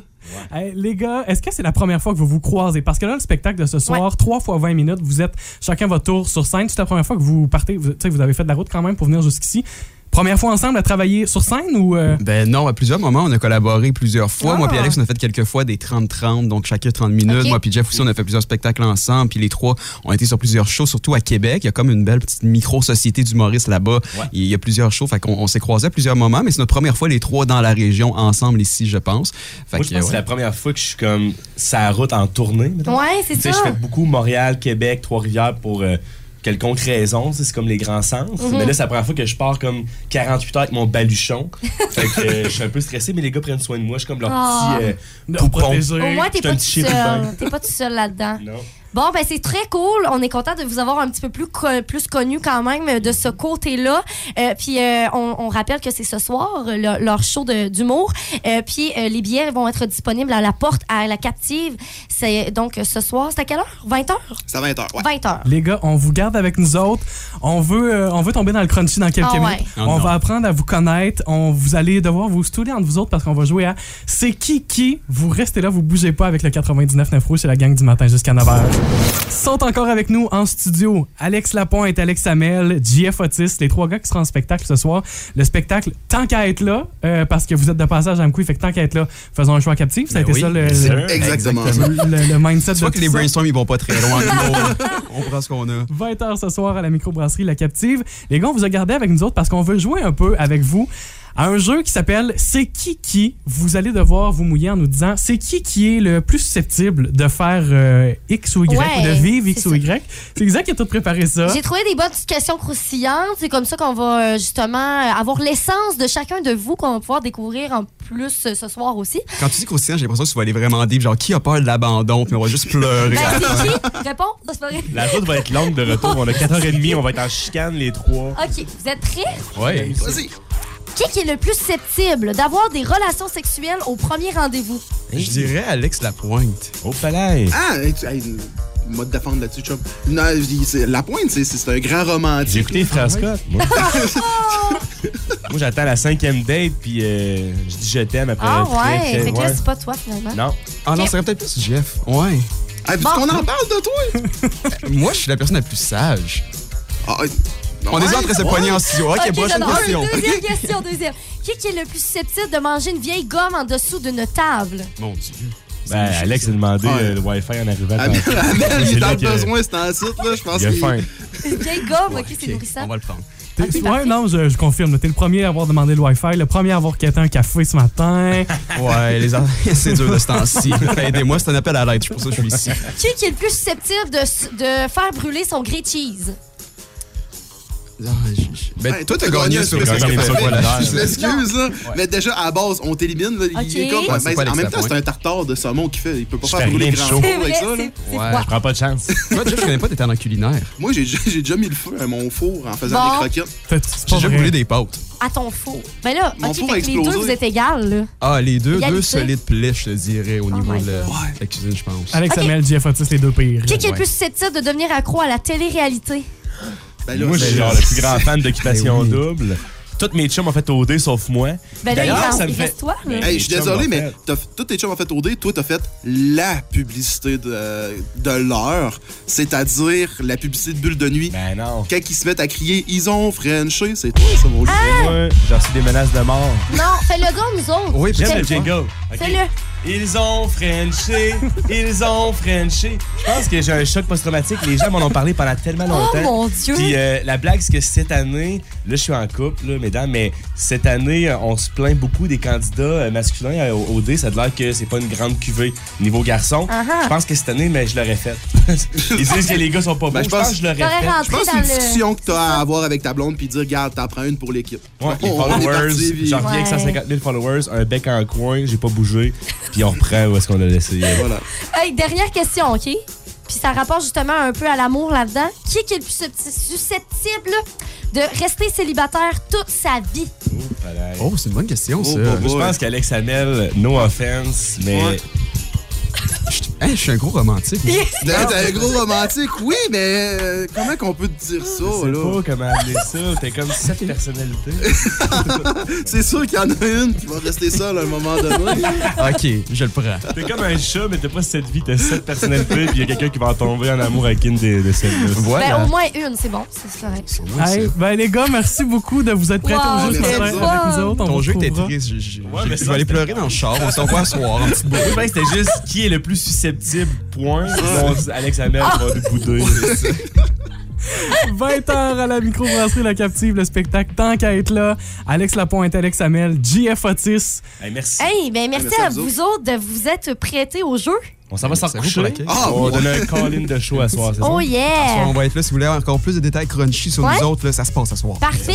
Speaker 4: Hey, les gars, est-ce que c'est la première fois que vous vous croisez? Parce que là, le spectacle de ce soir, 3 fois 20 minutes, vous êtes chacun votre tour sur scène. C'est la première fois que vous partez. Vous, tu sais, vous avez fait de la route quand même pour venir jusqu'ici. Première fois ensemble à travailler sur scène ou. euh,
Speaker 13: Ben non, à plusieurs moments, on a collaboré plusieurs fois.
Speaker 4: Ah.
Speaker 13: Moi puis Alex, on a fait quelques fois des 30-30, donc chacun 30 minutes.
Speaker 4: Ok.
Speaker 13: Moi puis Jeff aussi, on a fait plusieurs spectacles ensemble. Puis les trois ont été sur plusieurs shows, surtout à Québec. Il y a comme une belle petite micro-société d'humoristes là-bas. Il y a plusieurs shows, fait qu'on on s'est croisés à plusieurs moments. Mais c'est notre première fois, les trois dans la région, ensemble ici, je pense. Fait
Speaker 12: Moi, je pense que c'est
Speaker 13: ouais.
Speaker 12: la première fois que je suis comme sa route en tournée. mettons.
Speaker 5: Ouais, c'est
Speaker 12: Tu sais,
Speaker 5: ça.
Speaker 12: Je fais beaucoup Montréal, Québec, Trois-Rivières pour euh, quelconque raison. tu sais, C'est comme les grands sens.
Speaker 5: Mhm.
Speaker 12: Mais là, c'est la première fois que je pars comme 48 heures avec mon baluchon. fait que euh, je suis un peu stressé, mais les gars prennent soin de moi. Je suis comme leur
Speaker 5: Ah.
Speaker 12: petit euh,
Speaker 4: Leur
Speaker 12: poupon.
Speaker 4: protégé.
Speaker 5: Au moins, t'es
Speaker 12: J'étais
Speaker 5: pas
Speaker 12: un
Speaker 5: tout
Speaker 12: petit chérubin.
Speaker 5: seul. T'es pas tout seul là-dedans.
Speaker 12: Non.
Speaker 5: Bon, ben c'est très cool. On est content de vous avoir un petit peu plus, co- plus connu quand même euh, de ce côté-là. Euh, puis euh, on, on rappelle que c'est ce soir euh, le- leur show de- d'humour. Euh, puis euh, les billets vont être disponibles à la porte, à la captive. C'est donc euh, ce soir, c'est à quelle heure? 20 h
Speaker 11: Ça va 20 heures.
Speaker 5: 20 h
Speaker 4: Les gars, on vous garde avec nous autres. On veut, euh, on veut tomber dans le crunchy dans quelques
Speaker 5: Ah ouais.
Speaker 4: minutes.
Speaker 5: Oh
Speaker 4: on
Speaker 5: non.
Speaker 4: va apprendre à vous connaître. On vous allez devoir vous stouler entre vous autres parce qu'on va jouer à C'est qui qui. Vous restez là, vous bougez pas avec le 99.9 Rouge, c'est la gang du matin jusqu'à 9h. Sont encore avec nous en studio Alex Lapointe, Alex Hamel, JF Otis, les trois gars qui seront en spectacle ce soir. Le spectacle, tant qu'à être là, euh, parce que vous êtes de passage à Mkoui, fait que tant qu'à être là, faisons un choix captif. Ça a
Speaker 13: Ben
Speaker 4: été
Speaker 13: oui,
Speaker 4: ça le,
Speaker 13: bien sûr.
Speaker 4: le-
Speaker 13: Exactement.
Speaker 4: le- le mindset
Speaker 13: Tu vois
Speaker 4: de
Speaker 13: que
Speaker 4: tout
Speaker 13: les
Speaker 4: ça.
Speaker 13: brainstorms, ils vont pas très loin. on prend ce qu'on a.
Speaker 4: 20h ce soir à la microbrasserie La Captive. Les gars, on vous a gardé avec nous autres parce qu'on veut jouer un peu avec vous à un jeu qui s'appelle C'est qui qui Vous allez devoir vous mouiller en nous disant c'est qui qui est le plus susceptible de faire euh, X ou Y
Speaker 5: Ouais,
Speaker 4: ou de vivre X
Speaker 5: c'est
Speaker 4: ou Y. C'est exact qui a tout préparé ça.
Speaker 5: J'ai trouvé des bonnes petites questions croustillantes. C'est comme ça qu'on va euh, justement euh, avoir l'essence de chacun de vous qu'on va pouvoir découvrir en plus euh, ce soir aussi.
Speaker 13: Quand tu dis croustillant, j'ai l'impression que tu vas aller vraiment deep. Genre, qui a peur de l'abandon? Puis on va juste pleurer.
Speaker 5: Ben, c'est qui? Réponds. Ça, c'est pas vrai.
Speaker 12: La route va être longue de retour. On a 4h30, on va être en chicane les trois.
Speaker 5: OK, vous êtes prêts?
Speaker 12: Ouais.
Speaker 5: Qui est le plus susceptible d'avoir des relations sexuelles au premier rendez-vous?
Speaker 13: Je dirais Alex Lapointe.
Speaker 12: Au palais.
Speaker 11: Ah, hey, tu- hey, mode défendre là-dessus, chum. Non, il- c'est- la pointe, c'est- c'est c'est un grand romantique. J'ai
Speaker 12: écouté Frère Scott, moi. Moi, j'attends la cinquième date, puis euh, je dis je t'aime après.
Speaker 5: Ah
Speaker 12: très,
Speaker 5: ouais,
Speaker 12: très-
Speaker 5: fait que là,
Speaker 12: ouais.
Speaker 5: c'est pas toi finalement.
Speaker 12: Non.
Speaker 13: Ah non, ça serait peut-être plus Jeff. Ouais.
Speaker 11: Ah, veux-tu qu'on en parle de toi?
Speaker 13: Moi, je suis la personne la plus sage. On est en train de se
Speaker 11: Ah, ouais.
Speaker 13: poigner en studio. Ok, prochaine
Speaker 5: j'adore.
Speaker 13: question.
Speaker 5: Deuxième question, deuxième. Qui est, qui est le plus susceptible de manger une vieille gomme en dessous d'une table?
Speaker 12: Mon Dieu. Ben, Alex a demandé euh, le Wi-Fi en arrivant.
Speaker 11: Amel,
Speaker 12: tantôt.
Speaker 11: Amel, il
Speaker 12: C'est
Speaker 11: est
Speaker 12: là
Speaker 11: dans le
Speaker 12: que-
Speaker 11: besoin, c'est un site, là, je pense
Speaker 12: Il a
Speaker 11: qu'il-
Speaker 12: faim.
Speaker 5: Une vieille gomme, ok, c'est nourrissant.
Speaker 13: le prendre.
Speaker 4: T'es- ouais, non, je, je confirme. T'es le premier à avoir demandé le Wi-Fi, le premier à avoir quitté un café ce matin.
Speaker 13: Ouais, les enfants, c'est dur de ce temps-ci. Aidez-moi, c'est un appel à l'aide. C'est pour ça que je suis ici.
Speaker 5: Qui est, qui est le plus susceptible de, s- de faire brûler son grilled cheese?
Speaker 13: Ben,
Speaker 11: Hey,
Speaker 13: toi, t'as gagné
Speaker 11: un
Speaker 13: sur
Speaker 11: sujet
Speaker 13: le
Speaker 11: sur
Speaker 13: café.
Speaker 11: le café.
Speaker 13: Voilà.
Speaker 11: Je m'excuse, là. Mais déjà, à la base, on t'élimine. là. Il est
Speaker 5: Ok.
Speaker 11: comme-
Speaker 5: Ouais, c'est
Speaker 11: mais
Speaker 13: quoi
Speaker 11: en même
Speaker 13: l'extra
Speaker 11: temps, c'est
Speaker 13: point?
Speaker 11: un tartare de saumon qui fait. Il peut pas
Speaker 13: fais
Speaker 11: faire brûler
Speaker 13: rien de
Speaker 11: grand
Speaker 13: chaud.
Speaker 11: chose
Speaker 13: C'est
Speaker 11: avec
Speaker 5: vrai,
Speaker 11: ça, là.
Speaker 13: Ouais, je prends pas de chance. Moi, déjà, je connais pas tes talents culinaires.
Speaker 11: Moi, j'ai j'ai déjà mis le feu à mon four en faisant
Speaker 5: Bon.
Speaker 11: des croquettes.
Speaker 13: J'ai déjà brûlé des pâtes.
Speaker 5: À ton four. Ben là,
Speaker 11: Mon
Speaker 5: ok,
Speaker 11: four
Speaker 5: fait
Speaker 11: a
Speaker 5: que les deux,
Speaker 11: explosé.
Speaker 5: vous êtes égales, là.
Speaker 13: Ah, les deux,
Speaker 5: Égalité. Oh
Speaker 13: deux solides plaies, je te dirais, au niveau
Speaker 5: my
Speaker 13: de la, de la cuisine, je pense.
Speaker 4: Alex
Speaker 5: Ok.
Speaker 4: Amel, Jeff Otis, les deux pires.
Speaker 5: Qui est, qui est le plus susceptible de devenir accro à la télé-réalité?
Speaker 13: Ben
Speaker 11: Ben
Speaker 12: Moi, je suis genre le plus grand fan d'occupation double. Toutes mes chums ont fait OD sauf moi.
Speaker 5: Ben là, il
Speaker 12: D'ailleurs,
Speaker 5: reste-
Speaker 12: ça me
Speaker 5: il
Speaker 12: fait.
Speaker 5: reste toi, là.
Speaker 11: Hey, je suis
Speaker 12: Les chums
Speaker 11: désolé,
Speaker 12: l'ont
Speaker 11: mais
Speaker 12: fait.
Speaker 11: t'as- tous tes chums ont fait OD, toi t'as fait la publicité de, de l'heure, c'est-à-dire la publicité de bulle de nuit.
Speaker 12: Ben non.
Speaker 11: Quand ils se mettent à crier Ils ont Frenché, c'est toi ça mon jeu.
Speaker 12: Moi, j'ai reçu des menaces de mort.
Speaker 5: Non, fais-le donc, nous autres.
Speaker 12: j'aime
Speaker 5: Fais-
Speaker 12: le jingle.
Speaker 5: Fais-le.
Speaker 12: Ils ont Frenché, ils ont Frenché. Je pense que j'ai un choc post-traumatique. Les gens m'en ont parlé pendant tellement longtemps.
Speaker 5: Oh, mon Dieu.
Speaker 12: Puis euh, la blague, c'est que cette année, là, je suis en couple, là, mesdames, mais cette année, euh, on se plaint beaucoup des candidats euh, masculins euh, au au D. Ça a l'air que c'est pas une grande cuvée niveau garçon.
Speaker 5: Ah-ha.
Speaker 12: Je pense que cette année, mais je l'aurais faite. Ils disent que les gars sont pas beaux.
Speaker 11: Ben,
Speaker 12: je pense que je l'aurais
Speaker 5: T'aurais
Speaker 12: faite.
Speaker 5: rentré
Speaker 11: Je pense que c'est
Speaker 5: dans
Speaker 11: une
Speaker 5: le...
Speaker 11: discussion que t'as à avoir avec ta blonde puis dire Regarde, t'en prends une pour l'équipe.
Speaker 12: Ouais, les
Speaker 11: On- on est
Speaker 12: followers,
Speaker 11: parti, puis-
Speaker 12: j'en reviens avec
Speaker 5: Ouais.
Speaker 12: 150 000 followers, un bec en coin, j'ai pas bougé, puis on reprend où est-ce qu'on l'a laissé. euh,
Speaker 11: Voilà.
Speaker 5: Hey, dernière question, OK? Puis ça rapporte justement un peu à l'amour là-dedans. Qui est, qui est le plus suscepti- susceptible là, de rester célibataire toute sa vie?
Speaker 13: Oh, c'est une bonne question, ça.
Speaker 12: Moi, je pense qu'Alex Hamel, no offense, mais
Speaker 11: Ouais.
Speaker 13: Hey, je suis un gros romantique. moi.
Speaker 11: D'être un gros romantique, oui, mais euh, comment qu'on peut te dire ça,
Speaker 12: je sais
Speaker 11: là?
Speaker 12: pas comment appeler ça. T'es comme cette personnalité.
Speaker 11: C'est sûr qu'il y en a une qui va rester seule à un moment donné.
Speaker 13: Ok, je le prends.
Speaker 12: T'es comme un chat, mais t'as pas cette vie, t'as cette personnalité, puis y a quelqu'un qui va en tomber en amour avec une de, de celles-là.
Speaker 13: Voilà.
Speaker 12: hein.
Speaker 5: Ben, au moins une, c'est bon, c'est correct.
Speaker 4: Hey, ben les gars, merci beaucoup de vous être prêtés
Speaker 5: Wow,
Speaker 4: au jeu ce
Speaker 11: c'était
Speaker 4: matin
Speaker 11: fun.
Speaker 4: avec nous autres. On
Speaker 13: Ton
Speaker 4: vous
Speaker 13: jeu était
Speaker 4: retrouvera.
Speaker 13: triste. Je, je-
Speaker 12: Ouais,
Speaker 13: je-
Speaker 12: mais
Speaker 13: je
Speaker 12: ça,
Speaker 13: vais aller
Speaker 12: c'était-
Speaker 13: pleurer dans le char. On se revoit à soir. En petite
Speaker 12: Oui, ben, c'était juste qui est le plus susceptible, point. Bon, Alex Hamel va nous bouder.
Speaker 4: 20 heures à la microbrasserie La Captive, le spectacle Tant qu'à être là. Alex Lapointe, Alex Amel, JF Otis.
Speaker 12: Hey, merci.
Speaker 5: Hey, ben merci,
Speaker 11: Merci
Speaker 5: à
Speaker 11: à vous
Speaker 5: vous autres de vous être prêtés au jeu.
Speaker 12: On s'en va s'en
Speaker 13: Ça vaut pour
Speaker 12: coucher.
Speaker 13: laquelle?
Speaker 11: Ah,
Speaker 12: on va
Speaker 11: bon.
Speaker 12: donner un call-in de show à soir, c'est ça?
Speaker 13: soir,
Speaker 5: Oh
Speaker 13: on
Speaker 5: yeah!
Speaker 13: va être là. Si vous voulez encore plus de détails crunchy sur
Speaker 5: Ouais.
Speaker 13: nous autres, là, ça se passe ce soir.
Speaker 5: Parfait!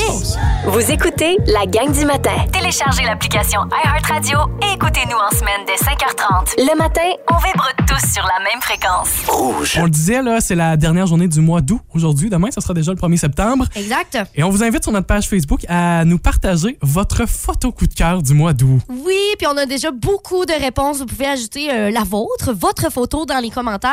Speaker 2: Vous écoutez la gang du matin.
Speaker 3: Téléchargez l'application iHeartRadio et écoutez-nous en semaine dès 5h30.
Speaker 2: Le matin,
Speaker 3: On vibre tous sur la même fréquence.
Speaker 4: On le disait, là, c'est la dernière journée du mois d'août aujourd'hui. Demain, ça sera déjà le 1er septembre.
Speaker 5: Exact.
Speaker 4: Et on vous invite sur notre page Facebook à nous partager votre photo coup de cœur du mois d'août.
Speaker 5: Oui, puis on a déjà beaucoup de réponses. Vous pouvez ajouter euh, la vôtre, votre photo dans les commentaires.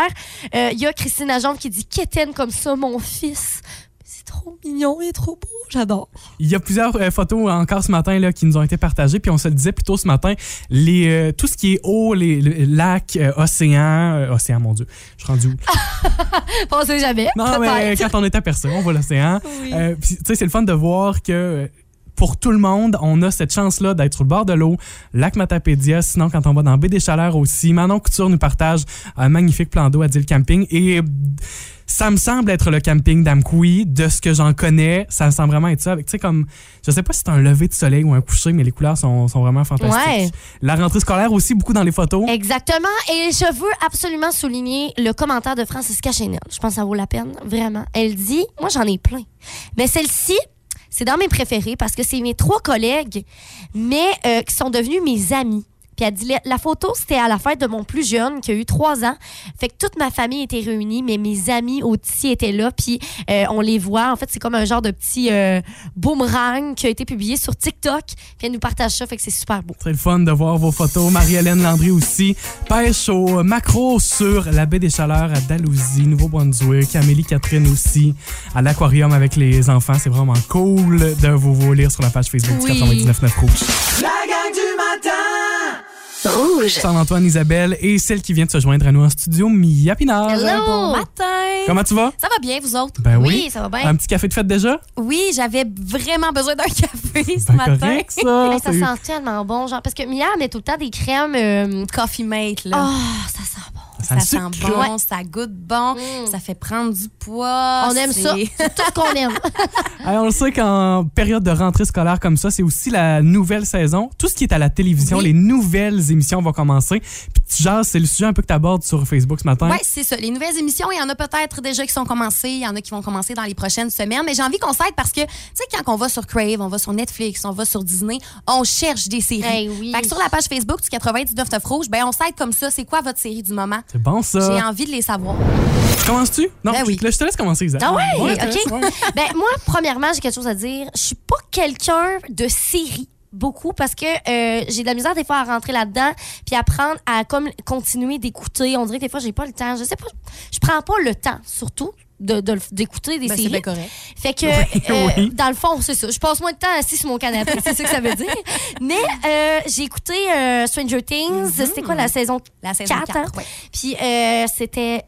Speaker 5: Euh, Il y a Christine Ajon qui dit Quétaine comme ça, mon fils. C'est trop mignon, il est trop beau, j'adore.
Speaker 4: Il y a plusieurs euh, photos encore ce matin là, qui nous ont été partagées, puis on se le disait plus tôt ce matin, les, euh, tout ce qui est eau, les, les lacs, euh, océans, euh, océan, mon Dieu, je suis rendu où?
Speaker 5: Pensez jamais.
Speaker 4: Non, mais
Speaker 5: peut-être.
Speaker 4: quand on est à personne, on voit l'océan.
Speaker 5: Oui.
Speaker 4: Euh, puis, tu sais, c'est le fun de voir que euh, pour tout le monde, on a cette chance-là d'être sur le bord de l'eau. Lac Matapédia, sinon quand on va dans Baie des Chaleurs aussi. Manon Couture nous partage un magnifique plan d'eau à Dile Camping. Et euh, ça me semble être le camping d'Amkoui. De ce que j'en connais, ça me semble vraiment être ça. Avec, tu sais, comme, je sais pas si c'est un lever de soleil ou un coucher, mais les couleurs sont, sont vraiment fantastiques.
Speaker 5: Ouais.
Speaker 4: La rentrée scolaire aussi, beaucoup dans les photos.
Speaker 5: Exactement. Et je veux absolument souligner le commentaire de Francisca Chenel. Je pense que ça vaut la peine, vraiment. Elle dit Moi, j'en ai plein. Mais celle-ci, c'est dans mes préférées parce que c'est mes trois collègues, mais euh, qui sont devenus mes amis. Puis elle dit La- La photo, c'était à la fête de mon plus jeune qui a eu trois ans. Fait que toute ma famille était réunie, mais mes amis aussi étaient là. Puis euh, on les voit. En fait, c'est comme un genre de petit euh, boomerang qui a été publié sur TikTok. Puis elle nous partage ça. Fait que c'est super beau.
Speaker 4: C'est le fun de voir vos photos. Marie-Hélène Landry aussi. Pêche au macro sur la baie des Chaleurs à Dalhousie, Nouveau-Brunswick. Amélie Catherine aussi à l'aquarium avec les enfants. C'est vraiment cool de vous, vous lire sur la page Facebook du
Speaker 5: Oui.
Speaker 4: 99.9 Rouge.
Speaker 1: La gang du matin
Speaker 4: Rouge. Saint-Antoine, Isabelle et celle qui vient de se joindre à nous en studio, Mia Pinard.
Speaker 14: Hello! Bon matin!
Speaker 4: Comment tu vas?
Speaker 14: Ça va bien, vous autres?
Speaker 4: Ben oui.
Speaker 14: oui. ça va bien.
Speaker 4: Un petit café de fête déjà?
Speaker 14: Oui, j'avais vraiment besoin d'un café ce
Speaker 4: Ben,
Speaker 14: matin.
Speaker 4: correct, ça.
Speaker 5: Hey, ça
Speaker 4: T'as eu-
Speaker 5: sent tellement bon, genre, parce que Mia elle met tout le temps des crèmes euh, Coffee Mate, là. Oh, ça sent bon.
Speaker 14: Ça, sent
Speaker 5: sucre,
Speaker 14: bon,
Speaker 5: ouais.
Speaker 14: ça goûte bon, ça fait prendre du poids.
Speaker 5: On aime
Speaker 14: c'est-
Speaker 5: ça. Ah, C'est tout ce qu'on aime.
Speaker 4: Hey, on le sait qu'en période de rentrée scolaire comme ça, c'est aussi la nouvelle saison. Tout ce qui est à la télévision, les nouvelles émissions vont commencer. Puis tu jases, c'est le sujet un peu que tu abordes sur Facebook ce matin.
Speaker 14: Oui, c'est ça. Les nouvelles émissions, il y en a peut-être déjà qui sont commencées, il y en a qui vont commencer dans les prochaines semaines, mais j'ai envie qu'on s'aide parce que, tu sais, quand on va sur Crave, on va sur Netflix, on va sur Disney, on cherche des séries. Fait que sur la page Facebook du 99 Neuf Rouge, ben, on s'aide comme ça. C'est quoi votre série du moment?
Speaker 4: C'est bon ça.
Speaker 14: J'ai envie de les savoir.
Speaker 4: Commences-tu? Non, je- là, je te laisse commencer, Isa.
Speaker 5: Ben Ah ouais?
Speaker 4: intéressant.
Speaker 5: OK. ben, moi, premièrement, j'ai quelque chose à dire. Je suis pas quelqu'un de série beaucoup parce que euh, j'ai de la misère des fois à rentrer là-dedans puis apprendre à comme continuer d'écouter on dirait que des fois j'ai pas le temps je sais pas je prends pas le temps surtout de de le- d'écouter des
Speaker 14: Ben, c'est bien
Speaker 5: séries
Speaker 14: correct.
Speaker 5: fait que
Speaker 14: Oui,
Speaker 5: euh,
Speaker 14: oui.
Speaker 5: dans le fond c'est ça je passe moins de temps assis sur mon canapé c'est ça que ça veut dire mais euh, j'ai écouté euh, Stranger Things
Speaker 4: Mm-hmm.
Speaker 5: c'était quoi la saison
Speaker 14: la saison
Speaker 5: hein?
Speaker 14: quatre, ouais.
Speaker 5: puis euh, c'était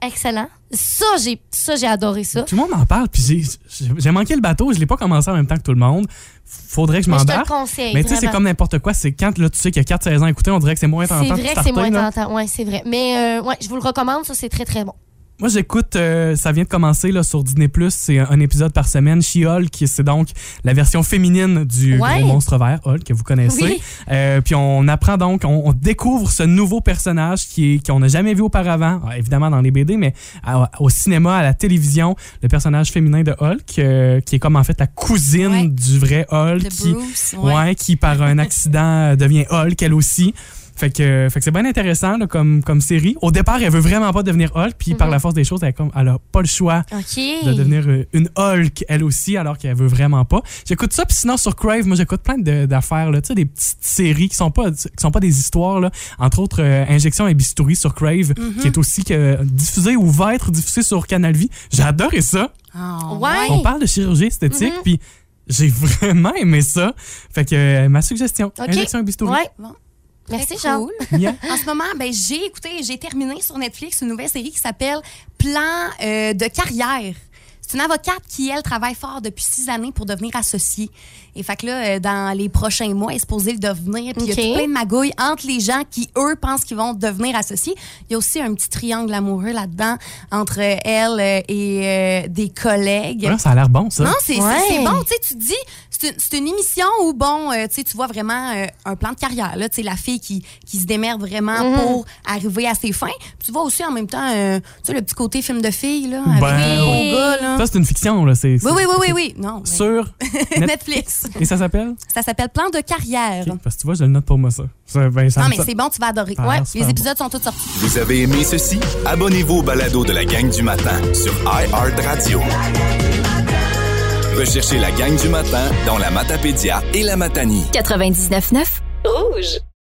Speaker 5: excellent ça j'ai ça j'ai adoré ça
Speaker 4: Tout le monde en parle, puis j'ai- j'ai- j'ai manqué le bateau, je l'ai pas commencé en même temps que tout le monde. Faudrait que je
Speaker 5: Mais je te le
Speaker 4: m'embarque.
Speaker 5: conseille,
Speaker 4: hein? Mais tu sais, c'est
Speaker 5: vraiment.
Speaker 4: comme n'importe quoi. C'est quand là, tu sais qu'il y a 4 saisons à écouter, on dirait que c'est moins tentant.
Speaker 5: C'est
Speaker 4: de
Speaker 5: vrai que
Speaker 4: starter,
Speaker 5: c'est moins
Speaker 4: là.
Speaker 5: tentant. Oui, c'est vrai. Mais euh, ouais, je vous le recommande, ça, c'est très, très bon.
Speaker 4: Moi, j'écoute, euh, ça vient de commencer là, sur Disney+, c'est un, un épisode par semaine, She-Hulk, c'est donc la version féminine du
Speaker 5: Ouais.
Speaker 4: gros monstre vert, Hulk, que vous connaissez.
Speaker 5: Oui.
Speaker 4: Euh, puis on apprend donc, on, on découvre ce nouveau personnage qui est- qu'on n'a jamais vu auparavant, Ah, évidemment dans les BD, mais à- au cinéma, à la télévision, le personnage féminin de Hulk, euh, qui est comme en fait la cousine du vrai Hulk,
Speaker 14: De
Speaker 4: qui,
Speaker 14: Bruce, ouais.
Speaker 4: ouais, qui par un accident euh, devient Hulk, elle aussi. Fait que, euh, fait que c'est bien intéressant là, comme, comme série. Au départ, elle veut vraiment pas devenir Hulk, puis par la force des choses, elle, est comme, elle a pas le choix
Speaker 5: OK.
Speaker 4: de devenir euh, une Hulk, elle aussi, alors qu'elle veut vraiment pas. J'écoute ça, puis sinon, sur Crave, moi, j'écoute plein de- d'affaires, là, tu sais, des petites séries qui sont pas, qui sont pas des histoires, là. Entre autres, euh, Injection et Bistouri sur Crave,
Speaker 5: Mhm.
Speaker 4: qui est aussi que, diffusé ou va être diffusé sur Canal Vie. J'adore ça.
Speaker 5: ouais.
Speaker 4: On parle de chirurgie esthétique,
Speaker 14: Mm-hmm.
Speaker 5: Mhm.
Speaker 4: puis j'ai vraiment aimé ça. Fait que, euh, ma suggestion, Injection et Bistouri.
Speaker 5: Ouais.
Speaker 14: Bon.
Speaker 5: Merci,
Speaker 14: Très
Speaker 5: Jean.
Speaker 14: cool.
Speaker 4: Mia?
Speaker 14: En ce moment, ben, j'ai écouté, j'ai terminé sur Netflix une nouvelle série qui s'appelle Plan euh, de carrière. C'est une avocate qui, elle, travaille fort depuis six années pour devenir associée. Et fait que là, euh, dans les prochains mois, elle est supposée le devenir. Puis il y a
Speaker 5: Ok.
Speaker 14: tout plein de magouilles entre les gens qui, eux, pensent qu'ils vont devenir associés. Il y a aussi un petit triangle amoureux là-dedans entre euh, elle euh, et euh, des collègues.
Speaker 4: Ouais, Ah, ça a l'air bon, ça.
Speaker 14: Non, c'est c'est-
Speaker 4: Ouais.
Speaker 14: c'est bon. Tu sais, tu te dis, c'est une- c'est une, émission où, bon, euh, tu sais, tu vois vraiment euh, un plan de carrière. Là, tu sais, la fille qui, qui se démerde vraiment
Speaker 5: Mhm.
Speaker 14: pour arriver à ses fins. Puis tu vois aussi en même temps, euh, tu sais, le petit côté film de fille, là,
Speaker 4: Ben,
Speaker 14: avec les beaux gars, là.
Speaker 4: Ça, c'est une fiction, là. c'est-
Speaker 14: Oui, oui, oui, oui, oui. Non. mais-
Speaker 4: Sur Net-
Speaker 14: Netflix.
Speaker 4: Et ça s'appelle?
Speaker 14: Ça s'appelle Plan de carrière.
Speaker 4: Ok, Parce que tu vois, je le note pour moi, ça. Ça, ben, ça
Speaker 14: Non,
Speaker 4: me-
Speaker 14: mais c'est bon, tu vas adorer.
Speaker 4: Ça a
Speaker 14: Ouais,
Speaker 4: l'air super
Speaker 14: les
Speaker 4: bon.
Speaker 14: épisodes sont tous sortis.
Speaker 6: Vous avez aimé ceci? Abonnez-vous au balado de la gang du matin sur iHeartRadio. Recherchez la gang du matin dans la Matapédia et la Matanie.
Speaker 3: 99.9 Rouge.